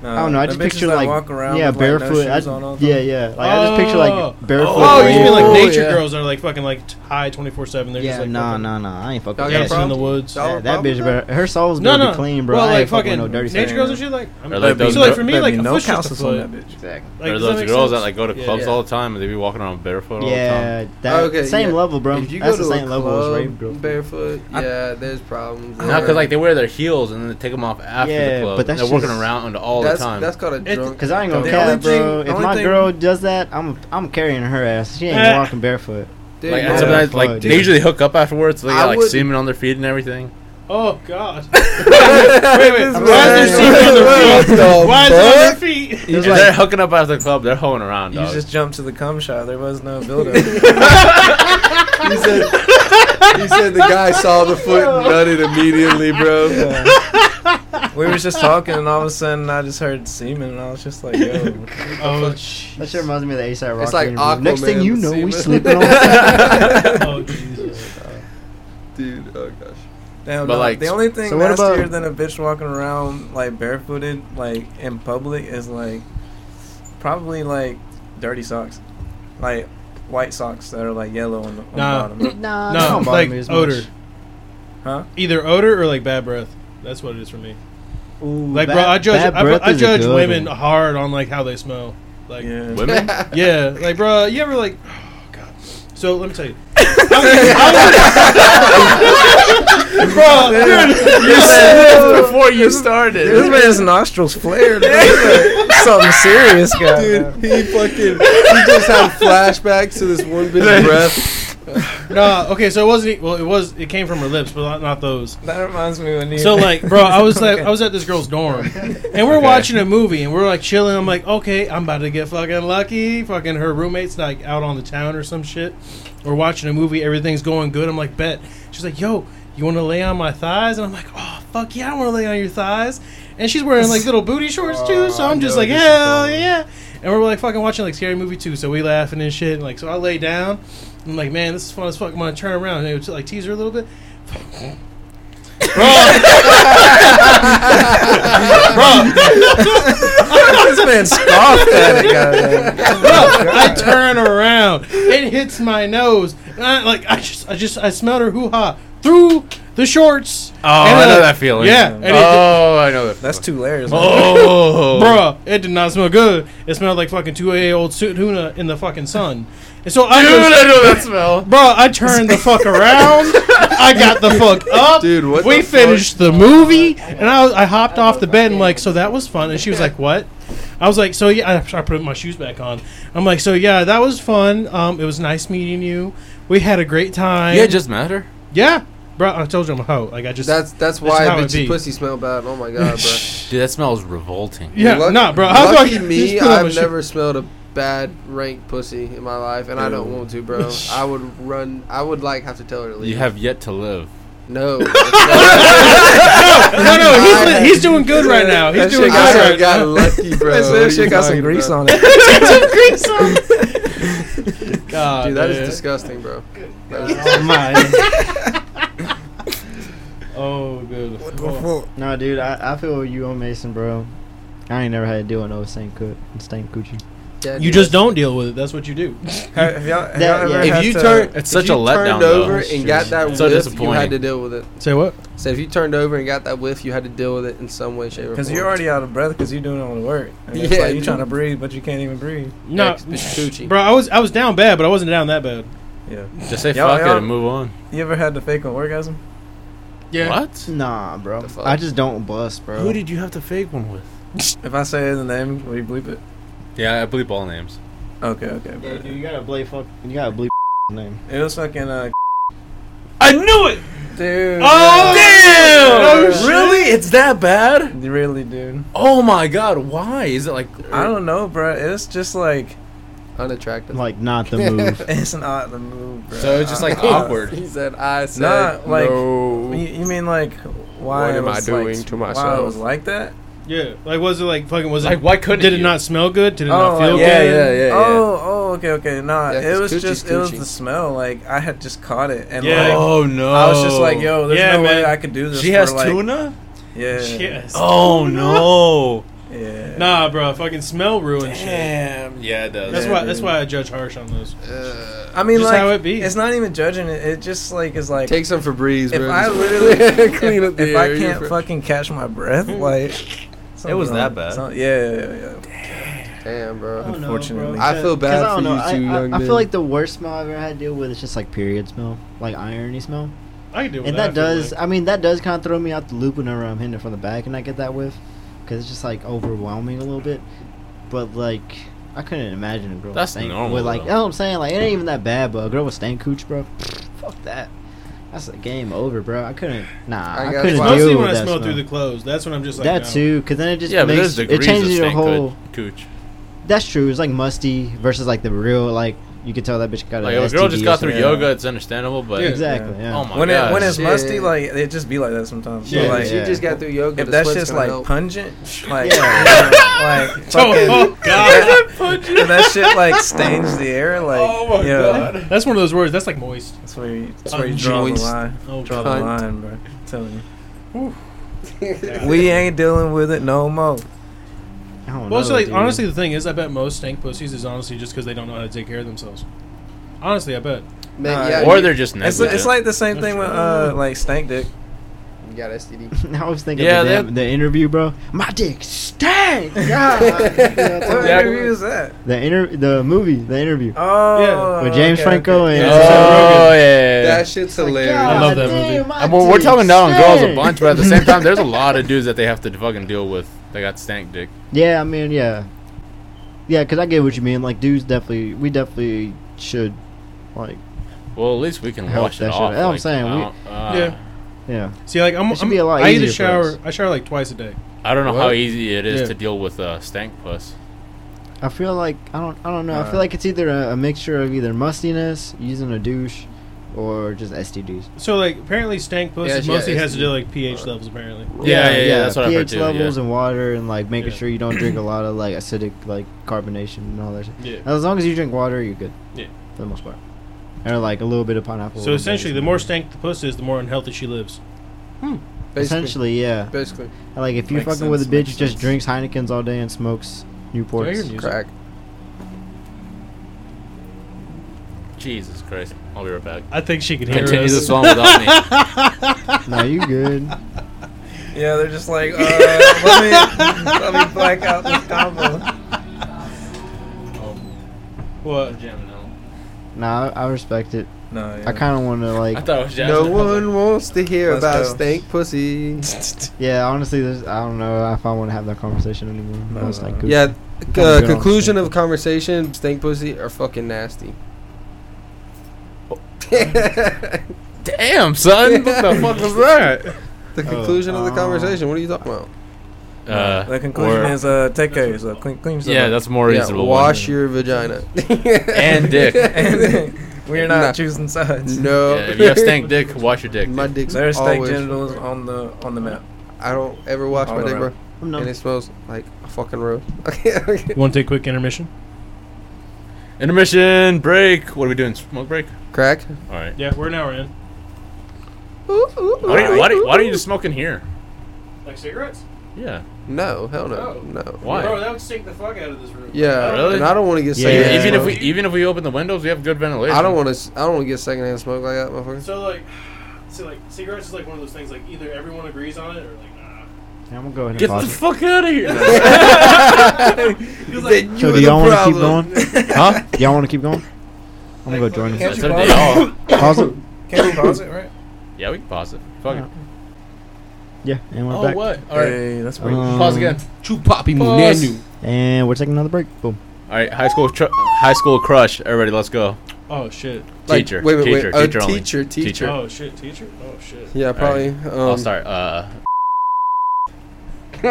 S4: No,
S1: I don't know. I
S4: the
S1: just
S4: bitches
S1: picture
S4: that
S1: like
S4: walk around
S1: yeah,
S4: with, like, no
S1: barefoot.
S4: shoes
S1: I-
S4: on all the
S1: yeah,
S4: time.
S1: yeah. Like I just picture
S3: Oh.
S1: like barefoot.
S3: Oh, you mean
S5: Oh,
S3: like nature
S5: yeah.
S3: girls are like fucking like t- high twenty four seven? They're just
S1: yeah,
S3: like
S1: no,
S3: fucking
S1: no, no. I ain't fucking.
S5: Y'all
S1: with
S5: got
S1: that
S3: dancing in
S5: a
S1: shit.
S3: the
S5: problem?
S3: woods.
S5: Y'all-
S1: Yeah, that bitch,
S5: problem with
S1: bro. Her soul's
S3: No,
S1: gonna
S3: no.
S1: be clean, bro.
S3: Well,
S1: I
S3: like
S1: ain't fucking
S3: fucking
S1: no dirty
S3: nature
S1: thing.
S3: girls and shit. Like, I'm
S2: Or like
S3: so
S2: those-
S3: like for me,
S4: There'd
S3: like
S4: be
S3: a
S4: no
S3: foot's just a
S4: calces on
S3: foot.
S4: that bitch.
S1: Exactly.
S3: Like,
S2: There are
S3: does that
S2: those
S3: make
S2: girls
S3: sense?
S2: that like go to
S3: Yeah.
S2: clubs
S5: Yeah.
S2: all the time and they be walking around barefoot all the
S1: Yeah, that
S5: Okay,
S1: same
S5: yeah.
S1: level, bro.
S5: If you
S1: That's
S5: go
S1: the
S5: to a
S1: same level as
S5: club
S1: rave girl. feet.
S5: barefoot,
S4: I-
S5: yeah, there's problems.
S2: time. No,
S5: there.
S2: because like they wear their heels and then they take them off after
S1: Yeah,
S2: the club.
S1: but that's
S2: they're working
S1: just-
S2: around all
S5: that's,
S2: the time.
S5: That's called a
S3: It's-
S5: drunk.
S1: Cause I ain't gonna
S4: The
S1: cap,
S4: only thing-
S1: bro.
S4: the
S1: If
S4: only
S1: my
S4: thing-
S1: girl does that, I'm I'm carrying her ass. She ain't
S3: Eh.
S1: walking barefoot.
S5: Dude,
S2: like,
S5: no.
S2: and sometimes, like
S1: Fuck,
S2: they
S1: dude.
S2: usually hook up afterwards. So they
S5: I
S2: got like
S5: would-
S2: semen on their feet and everything.
S3: Oh god. wait, wait. Why is there
S1: man-
S3: semen on their
S5: What
S3: feet?
S5: the
S3: Why is it on their
S5: fuck?
S3: feet?
S2: If
S1: like-
S2: they're hooking up after the club, they're hoeing around,
S4: You
S2: dog.
S4: just jumped to the cum shot. There was no build-up.
S5: He said, he said the guy saw the foot and nutted immediately, bro.
S4: we were just talking, and all of a sudden, I just heard semen, and I was just like, "Yo,
S3: Oh jeez.
S1: That shit reminds me of the ASAP Rocky.
S5: It's like
S1: interview. Next
S5: Aquaman
S1: thing you
S5: with
S1: know, we
S5: semen.
S1: slipping on.
S3: Oh Jesus.
S5: Dude, oh gosh.
S4: Damn,
S2: But,
S4: no,
S2: like,
S4: the only thing
S1: So what about-
S4: nastier than a bitch walking around like barefooted, like in public, is like probably like dirty socks, like white socks that are like yellow on the, on
S3: Nah.
S4: the bottom.
S1: nah, that
S3: No,
S1: don't bother
S3: like
S1: me as much.
S3: odor.
S4: Huh?
S3: Either odor or like bad breath. That's what it is for me.
S1: Ooh,
S3: Like,
S1: bad-
S3: bro, I judge
S1: bad
S3: I,
S1: breath
S3: I
S1: is a
S3: judge
S1: good
S3: women
S1: one.
S3: hard on like how they smell. Like, yeah,
S4: yeah.
S2: Women?
S3: like, bro, you ever like, oh god. So let me tell you, bro,
S2: you said this before you started.
S4: This man's nostrils flared. bro. It's like Something serious, guy.
S5: Dude, he fucking he just had flashbacks to this one bit of breath.
S3: nah, okay, so it wasn't. e- Well, it was. It came from her lips, but not, not those.
S4: That reminds me when you.
S3: So like, bro, I was like, I was at this girl's dorm, and we're watching a movie, and we're like chilling. I'm like, okay, I'm about to get fucking lucky. Fucking her roommate's like out on the town or some shit. We're watching a movie, everything's going good. I'm like, bet. She's like, yo, you want to lay on my thighs? And I'm like, oh fuck yeah, I want to lay on your thighs. And she's wearing like little booty shorts too, so
S5: Oh, I
S3: I'm just
S5: know
S3: like,
S5: this is
S3: hell
S5: going.
S3: yeah. And we're like fucking watching like scary movie too, so we laughing and shit. And, like, so I lay down. I'm like, man, this is fun as fuck. I'm gonna turn around and it would like tease her a little bit. Bro, bro,
S4: this man scoffed at it, goddamn.
S3: I turn around. It hits my nose. And I, like I just, I just, I smelled her hoo ha through the shorts.
S2: Oh, I know that feeling.
S3: Yeah. And it,
S2: Oh, I know that.
S4: That's two layers. man.
S2: Oh,
S3: bruh, it did not smell good. It smelled like fucking two a old suit tuna in the fucking sun. And so I,
S2: Dude, I
S3: just,
S2: know that smell.
S3: bro, I turned the fuck around. I got the fuck up.
S5: Dude, what
S3: we
S5: the fuck?
S3: finished the movie, and I, was- I hopped off the bed and like, so that was fun. And she was like, "What?" I was like, "So yeah." I, I put my shoes back on. I'm like, "So yeah, that was fun. Um, it was nice meeting you. We had a great time.
S2: Yeah, just matter.
S3: yeah, bro. I told you I'm a hoe. Like I just
S5: That's that's
S3: That's
S5: why
S3: how it
S5: bitchy
S3: be.
S5: pussy smell bad. Oh my god, bro.
S2: Dude, that smells revolting.
S3: yeah,
S5: Luck-
S3: nah, bro. I was
S5: Lucky
S3: like,
S5: me,
S3: just put on my
S5: I've
S3: shoe-
S5: never smelled a bad rank pussy in my life, and I don't want to, bro. I would run. I would like have to tell her to leave.
S2: You have yet to live.
S5: no.
S3: No, no, he's, li- he's doing good right now. He's
S4: That shit
S3: doing good
S4: got
S5: I
S3: right now.
S5: got lucky, bro.
S4: That
S5: What are
S4: shit- shit
S5: you
S4: got some
S5: talking
S4: grease
S5: about?
S4: on it.
S3: God,
S5: Dude, that is
S3: man.
S5: disgusting, bro. That is
S3: Oh my. oh good.
S1: No, dude, I, I feel you on Mason, bro. I ain't never had to deal with no stank cook, stank coochie.
S5: Yeah,
S3: You
S5: dude,
S3: just don't deal with it. That's what you do.
S4: Have, have y'all, have
S1: That-
S4: y'all
S1: yeah.
S4: ever
S5: If
S4: had
S5: you
S4: to-
S5: turn,
S2: It's
S5: if
S2: such
S5: you
S2: a letdown,
S5: Turned
S2: though.
S5: over and got that
S2: So
S5: whiff, you
S2: disappointing.
S5: had to deal with it.
S3: Say what?
S5: So if you turned over and got that whiff, you had to deal with it in some way, shape, or form.
S4: Because you're already out of breath because you're doing all the work. And it's
S5: Yeah,
S4: like you're
S5: you-
S4: trying to breathe, but you can't even breathe.
S3: No,
S5: Ex- bitch coochie.
S3: bro. I was I was down bad, but I wasn't down that bad.
S4: Yeah.
S2: Just say
S4: Y'all-
S2: fuck
S4: y'all-
S2: it and move on.
S4: You ever had to fake an orgasm?
S2: What?
S1: Nah, bro.
S5: The fuck?
S1: I just don't bust, bro.
S2: Who did you have to fake one with?
S4: If I say the name, will you bleep it?
S2: Yeah, I bleep all names.
S4: Okay, okay.
S1: Yeah,
S4: but-
S1: dude, you gotta bleep fuck. You gotta bleep name.
S4: It was fucking uh,
S2: I knew it.
S4: dude.
S2: Oh
S3: Oh,
S4: yeah.
S2: damn! really? It's that bad?
S4: Yeah. Really, dude.
S2: Oh my god! Why is it like?
S4: I don't know, bro. It's just like
S5: unattractive.
S1: Like, not the move.
S4: it's not the move, bro.
S2: So it's just like
S4: Uh,
S2: awkward.
S5: He said, "I said
S4: Nah, like,
S5: no."
S4: You, you mean like why
S5: What am
S4: it
S5: I
S4: was,
S5: doing
S4: like,
S5: to
S4: Why I
S5: myself?
S4: was like that?
S3: Yeah, like was it like fucking was it
S2: Like, why couldn't
S3: did it
S2: you?
S3: not smell good? Did it
S4: Oh,
S3: not feel
S4: like, yeah,
S3: good?
S5: yeah, yeah, yeah.
S4: Oh, oh, okay, okay. Nah,
S5: Yeah,
S4: it
S5: 'cause
S4: was
S5: coochie's
S4: just it was
S5: coochie.
S4: the smell. Like I had just caught it, and
S3: Yeah.
S4: like
S2: Oh no!
S4: I was just like, yo, there's
S3: Yeah,
S4: no way
S3: man.
S4: I could do this.
S2: She
S4: for,
S2: has
S4: like,
S2: tuna.
S4: Yeah.
S3: Yes.
S2: Oh no!
S4: Yeah.
S3: Nah, bro. Fucking smell ruins shit.
S2: Damn. Yeah, it does.
S3: That's
S4: Yeah,
S3: why. That's
S4: dude.
S3: why I judge harsh on those.
S5: Uh,
S4: I mean,
S3: Just
S4: like
S3: how it be.
S4: it's not even judging it. It just like is like
S5: take some Febreze,
S4: if
S5: bro.
S4: I
S5: Just
S4: literally
S5: clean up
S4: if,
S5: the
S4: if
S5: air,
S4: I
S5: you're
S4: can't
S5: fresh.
S4: fucking catch my breath,
S5: Mm.
S4: like
S2: It was
S4: something
S2: that
S4: wrong.
S2: bad. Oh
S4: Some- yeah, yeah, yeah.
S5: Damn,
S1: I don't
S5: bro.
S1: know,
S4: Unfortunately.
S1: bro,
S5: I
S1: because-
S5: feel bad
S1: 'cause I
S5: for
S1: don't know,
S5: you two
S1: I, I,
S5: young
S1: I
S5: men.
S1: feel like the worst smell I've ever had to deal with is just like period smell, like irony smell,
S3: I can do with
S1: and that
S3: I feel
S1: does.
S3: like.
S1: I mean, that does kind of throw me out the loop whenever I'm hitting it from the back, and I get that whiff, because it's just like overwhelming a little bit. But like, I couldn't imagine a girl
S2: That's
S1: with stank
S2: normal,
S1: with like.
S2: though.
S1: You know what I'm saying? Like, it ain't even that bad, but a girl with stank cooch, bro. Fuck that. That's the game over, bro. I couldn't. Nah,
S5: I
S1: I,
S5: got
S1: couldn't
S5: you.
S1: deal
S3: Mostly
S1: with
S3: when I
S1: that
S3: smell
S1: smell.
S3: through the clothes. That's when I'm just like oh.
S1: that
S3: no.
S1: too, because then it just
S2: Yeah, but
S1: makes
S2: there's
S1: it
S2: degrees of
S1: changes your
S2: stank
S1: whole.
S2: cooch.
S1: That's true. It's like musty versus like the real like you could tell that bitch got
S2: Like
S1: a
S2: if a girl just got through
S4: yeah.
S2: yoga, it's understandable, but
S3: Yeah.
S1: Exactly.
S4: Yeah.
S1: Yeah.
S2: oh my
S4: when
S2: god,
S4: it when it's
S5: Yeah.
S4: musty, like it just be like that sometimes.
S3: Yeah,
S4: But, like
S5: She
S1: yeah.
S5: just got through yoga.
S4: if
S5: the
S4: that
S5: sweat's
S4: shit's
S5: gonna
S4: like
S5: help.
S4: pungent, like
S1: Yeah.
S4: yeah, like fucking,
S3: Oh, oh, God.
S4: if that shit like stains the air, like
S2: Oh my
S4: yeah,
S2: God.
S3: That's one of those words. That's like moist.
S4: That's where you that's where you draw the
S5: Unjoined.
S4: line.
S3: Oh,
S4: Draw
S3: God.
S4: the
S5: Cunt.
S4: line, bro. I'm telling you, we ain't dealing with it no more.
S1: I don't
S3: Well, it's
S1: know,
S3: like
S1: dude.
S3: honestly, the thing is, I bet most stank pussies is honestly just because they don't know how to take care of themselves. Honestly, I bet.
S5: Man,
S4: Nah,
S5: yeah,
S2: or
S5: you-
S2: they're just
S4: It's,
S2: negligent.
S4: it's like the same thing with uh like stank dick.
S5: got STD.
S1: I was thinking
S2: Yeah,
S1: of the,
S2: that-
S1: damn- the interview, bro. My dick stank. God.
S4: What
S2: Yeah.
S4: interview is that?
S1: the inter- the movie, the interview
S4: Oh,
S3: Yeah.
S1: with James
S4: okay,
S1: Franco
S4: okay.
S1: and
S5: Yeah.
S2: Oh yeah.
S5: That shit's hilarious.
S3: I love that
S1: damn,
S3: movie.
S1: Oh my
S2: I mean, Uh, we're
S1: dick
S2: talking down on girls a
S1: stank.
S2: bunch, but at the same time, there's a lot of dudes that they have to fucking deal with. They got stank dick.
S1: Yeah, I mean, yeah, yeah, because I get what you mean. Like, dudes definitely, we definitely should, like,
S2: Well, at least we can
S1: Help
S2: wash
S1: that
S2: it
S1: shit.
S2: off.
S1: That's what I'm saying,
S2: I
S1: we-
S2: don't, uh,
S3: Yeah.
S1: yeah.
S3: See, like I'm,
S1: It should
S3: I'm
S1: be a lot
S3: I either
S1: easier for us.
S3: shower, I shower like twice a day.
S2: I don't know how
S5: What?
S2: easy it is
S3: Yeah.
S2: to deal with uh, stank puss.
S1: I feel like I don't, I don't know. I
S5: Uh,
S1: feel like it's either a, a mixture of either mustiness, using a douche, or just STDs.
S3: So like apparently stank puss
S5: Yeah,
S3: is
S5: she-
S3: mostly
S5: yeah,
S3: has to
S5: it's-
S3: do like pH levels apparently.
S2: Yeah, yeah, yeah, that's what I've heard
S1: pH
S2: too,
S1: levels
S2: yeah.
S1: and water, and like making
S3: Yeah.
S1: sure you don't drink a lot of like acidic, like carbonation and all that. shit.
S3: Yeah.
S1: As long as you drink water, you're good.
S3: Yeah.
S1: for the most part. And like a little bit of pineapple.
S3: So
S1: or
S3: essentially, the
S1: something.
S3: more stank the puss is, the more unhealthy she lives.
S5: Basically.
S1: essentially, yeah.
S5: Basically.
S1: Like if you're
S4: Makes
S1: fucking with a
S4: sense,
S1: bitch
S4: makes
S1: who just
S4: sense.
S1: drinks Heinekens all day and smokes
S3: Do I hear
S1: Newports.
S3: music?
S5: Crack.
S2: Jesus Christ. I'll be right back.
S3: I think she can hear
S2: Continue
S3: us.
S2: the song without me.
S1: no, you good.
S4: Yeah, they're just like, uh, let me let me black out this combo.
S3: What?
S1: Nah, I I respect it.
S4: No, yeah.
S1: I kind of want to
S2: I
S1: like.
S2: thought it was
S5: No one wants to hear
S4: Let's
S5: about
S4: go.
S5: stank pussy.
S1: Yeah, honestly, there's, I don't know if I want to have that conversation anymore.
S4: No,
S1: I was
S4: no,
S1: like,
S4: no.
S1: good.
S5: Yeah.
S1: good
S5: Uh,
S1: on
S5: conclusion
S1: stank
S5: of conversation: Stank pussy are fucking nasty.
S2: Damn, son. What the fuck was that?
S5: The conclusion of the
S1: uh,
S5: conversation. What are you talking about?
S2: Uh,
S4: the conclusion
S2: or-
S4: is uh, take care of yourself, clean, clean yourself.
S2: Yeah, that's a more
S5: Yeah,
S2: reasonable. one.
S5: wash your vagina.
S2: And dick.
S4: and we're not
S5: Nah.
S4: choosing sides.
S5: no.
S2: Yeah, if you have stank dick, wash your dick.
S5: My
S2: dude.
S5: dick's
S4: There's steak
S5: always.
S4: genitals on the on the map.
S5: I don't ever wash
S4: All
S5: my dick,
S4: around.
S5: bro,
S1: I'm not-
S5: and it smells like a fucking road. Okay, okay.
S3: Want to take a quick intermission?
S2: Intermission break. What are we doing? Smoke break.
S5: Crack.
S2: All right.
S3: Yeah, we're an hour in.
S5: Ooh, ooh, ooh,
S2: Why, do you, why, do you,
S5: ooh,
S2: why don't you
S5: ooh.
S2: just smoke in here?
S3: Like cigarettes?
S2: Yeah.
S5: No, hell no,
S3: No.
S5: no.
S2: Why?
S3: Bro, that would stink the fuck out of this room.
S5: Yeah,
S2: Really?
S5: and I don't want to get
S1: Yeah,
S5: secondhand.
S2: Even if
S5: smoke.
S2: we even if we open the windows, we have good ventilation.
S5: I don't want to. I don't want to get secondhand smoke like that, motherfucker.
S3: So like, so like cigarettes is like one of those things like either everyone agrees on it or like nah.
S1: Yeah, I'm gonna go ahead
S2: Get
S1: and
S2: the
S1: pause. it.
S2: fuck out of here.
S5: 'Cause,
S3: like-
S5: you
S1: So do
S5: were the
S1: y'all want to keep
S5: problem.
S1: going? huh? Y'all want to keep going? I'm gonna go
S3: Like,
S1: join
S3: fucking-
S1: them.
S4: Can't
S2: That's
S4: you
S2: what
S4: pause
S2: they all.
S1: Pause it.
S4: Can we pause it, right?
S2: Yeah, we can pause it. Fuck it.
S1: Yeah, and we're
S2: Oh
S1: back.
S2: what? All right.
S4: Hey, that's weird.
S1: Um,
S2: Pause again.
S5: Chew poppy
S2: Pause.
S5: munenu.
S1: And we're taking another break. Boom.
S2: All right. High school tr- high school crush. Everybody, let's go.
S3: Oh shit.
S5: Like,
S2: Teacher.
S5: wait, wait, wait.
S2: teacher.
S5: A
S2: Teacher only.
S5: teacher, teacher.
S2: Teacher.
S3: Oh shit. Teacher. Oh shit.
S5: Yeah, probably. Um,
S2: I'll start. Uh,
S3: know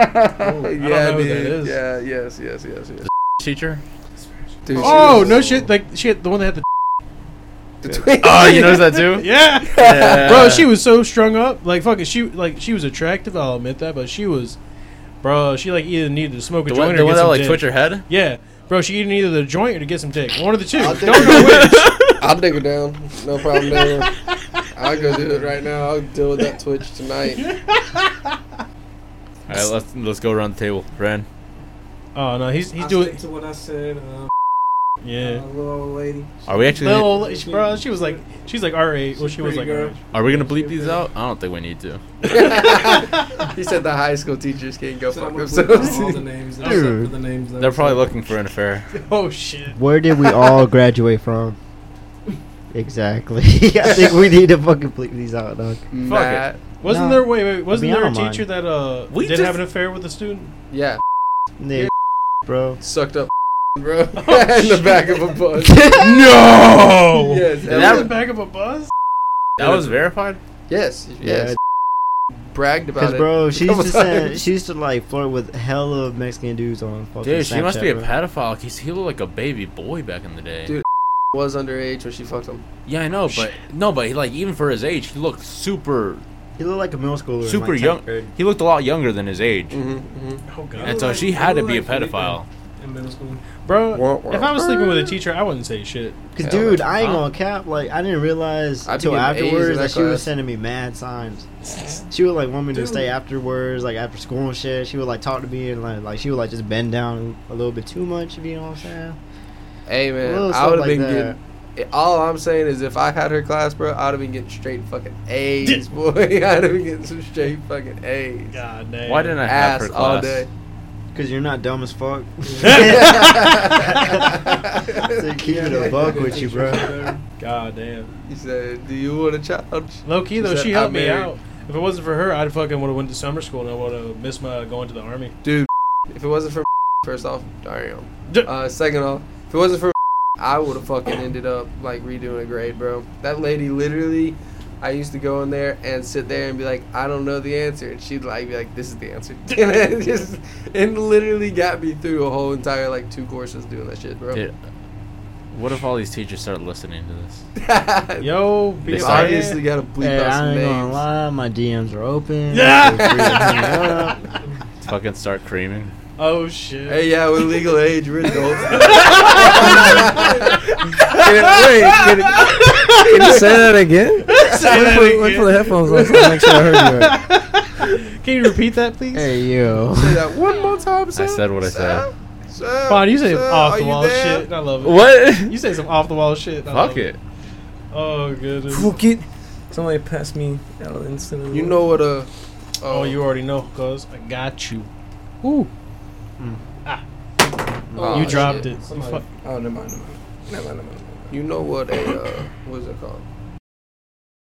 S5: yeah,
S3: who
S5: dude.
S3: that is.
S5: Yeah, yes, yes, yes, yes.
S2: teacher.
S5: Dude,
S3: Oh no shit. Like shit. The one that had the.
S2: Oh, you noticed that too?
S3: Yeah.
S2: Yeah.
S3: Bro, she was so strung up. Like fucking, she like she was attractive. I'll admit that, but she was, bro. She like either needed to smoke a
S2: the
S3: joint
S2: one,
S3: or
S2: the one
S3: get
S2: that
S3: some
S2: like
S3: dick.
S2: twitch her head.
S3: Yeah, bro. She either needed a joint or to get some dick. One of the two.
S5: I'll
S3: Don't
S5: take
S3: know which.
S5: I'll dig her down. No problem there. I'll go do it right now. I'll deal with that twitch tonight.
S2: All right, let's let's go around the table, Ren.
S3: Oh no, he's he's doing.
S4: to what I said. Uh,
S3: Yeah.
S4: little old lady.
S2: Are we actually?
S3: Little, she- bro, she was like, she's like our age. Well, she was like,
S4: Pretty
S3: our
S4: girl.
S3: age.
S2: Are we gonna bleep these out? I don't think we need to.
S5: he said the high school teachers can't go fuck
S4: all
S5: themselves.
S4: the names
S1: except for
S4: except
S1: Dude.
S4: for the names.
S2: They're probably looking for an affair.
S3: oh shit.
S1: Where did we all graduate from? Exactly. I think we need to fucking bleep these out, dog.
S5: Matt.
S3: Wasn't
S1: No.
S3: there wait wait wasn't
S1: Be out
S3: there a
S1: of mine.
S3: teacher that uh
S2: We
S3: did
S2: just-
S3: have an affair with a student?
S5: Yeah,
S1: Nick, bro.
S5: sucked up, bro, in the back of a bus.
S3: No.
S5: yes,
S2: That
S3: That was
S5: Elliot.
S2: was-
S3: the back of a bus.
S2: That was verified.
S5: yes,
S1: Yeah.
S5: yes. Bragged about
S1: Because,
S5: it.
S1: bro, she used,
S5: couple
S1: to send,
S5: times.
S1: she used to, like, flirt with hella Mexican dudes on fucking
S2: Dude, she must
S1: Snapchat,
S2: be a
S1: bro.
S2: pedophile. He's, he looked like a baby boy back in the day.
S5: Dude. was underage when she fucked him.
S2: Yeah, I know, but no, but he, like even for his age, he looked super.
S1: He looked like a middle schooler. in,
S2: Super
S1: like,
S2: young.
S1: tenth grade. Mm.
S2: He looked a lot younger than his age,
S5: Mm-hmm,
S3: Oh god.
S2: and so she had to be a pedophile.
S4: In middle school.
S3: Bro,
S5: Wah, wah.
S3: if I was sleeping with a teacher, I wouldn't say shit.
S1: Cause
S5: Hell
S1: dude,
S5: no.
S1: I ain't
S2: Huh?
S1: gonna cap. Like I didn't realize
S5: I
S1: until
S5: beat an A's in
S1: afterwards that
S5: that
S1: she was
S5: class.
S1: sending me mad signs. She would like want me to
S4: Dude.
S1: stay afterwards, like after school and shit. She would like talk to me and like, like she would like just bend down a little bit too much. If you know what I'm saying?
S5: Hey man,
S1: Little
S5: I
S1: stuff
S5: would have
S1: like
S5: been
S1: that.
S5: getting it- all I'm saying is, if I had her class, bro, I'd have been getting straight fucking A's, boy. I'd have been getting some straight fucking A's.
S3: God damn.
S2: Why didn't I have
S5: Ass
S2: her
S5: all
S2: class?
S5: day.
S1: Because you're not dumb as fuck.
S5: They
S1: keep it a buck with you, bro.
S3: God damn.
S5: He said, "Do you want a child?"
S3: Low key though,
S5: He said,
S3: she helped
S5: "I'm
S3: me
S5: married."
S3: out. If it wasn't for her, I'd fucking would have went to summer school and I would have missed my going to the army.
S5: dude. If it wasn't for first off, Dario.
S3: D-
S5: Uh, second off, if it wasn't for I would have fucking ended up like redoing a grade, bro. That lady literally, I used to go in there and sit there and be like, I don't know the answer, and she'd like be like, This is the answer, and it just and literally got me through a whole entire like two courses doing that shit, bro.
S2: Dude, what if all these teachers start listening to this?
S3: Yo,
S5: They
S3: be
S2: sorry.
S5: obviously gotta bleep
S1: Hey, I
S5: out some
S1: ain't gonna
S5: names.
S1: lie, my DMs are open.
S3: Yeah.
S1: Feel free to hit me up.
S2: Fucking start creaming.
S3: Oh shit.
S5: Hey, yeah, we're legal age, we're adults. can it, wait, can it,
S4: Can you say that again?
S3: Say that
S4: Wait for- wait
S3: again.
S4: for the headphones on so I make sure I heard you. Right.
S3: Can you repeat that, please?
S1: Hey yo.
S5: say that one more time,
S2: I
S5: Sam?
S2: said what I said.
S5: Sam,
S3: Fine, you say
S5: Sam,
S3: off
S5: are
S3: the
S5: you
S3: wall
S5: there?
S3: shit. I love it.
S2: What?
S3: You say some off the wall shit. I
S2: Fuck
S3: love
S2: it.
S3: Oh goodness.
S4: it. Somebody passed me out instantly.
S5: You know what a.
S3: Oh, you already know, cause I got you. Ooh.
S5: Oh,
S3: you dropped
S5: shit.
S3: it. You
S5: Somebody-
S3: fuck-
S4: Oh, never mind. Never mind. Never mind. Never mind.
S5: You know what a uh, what is it called?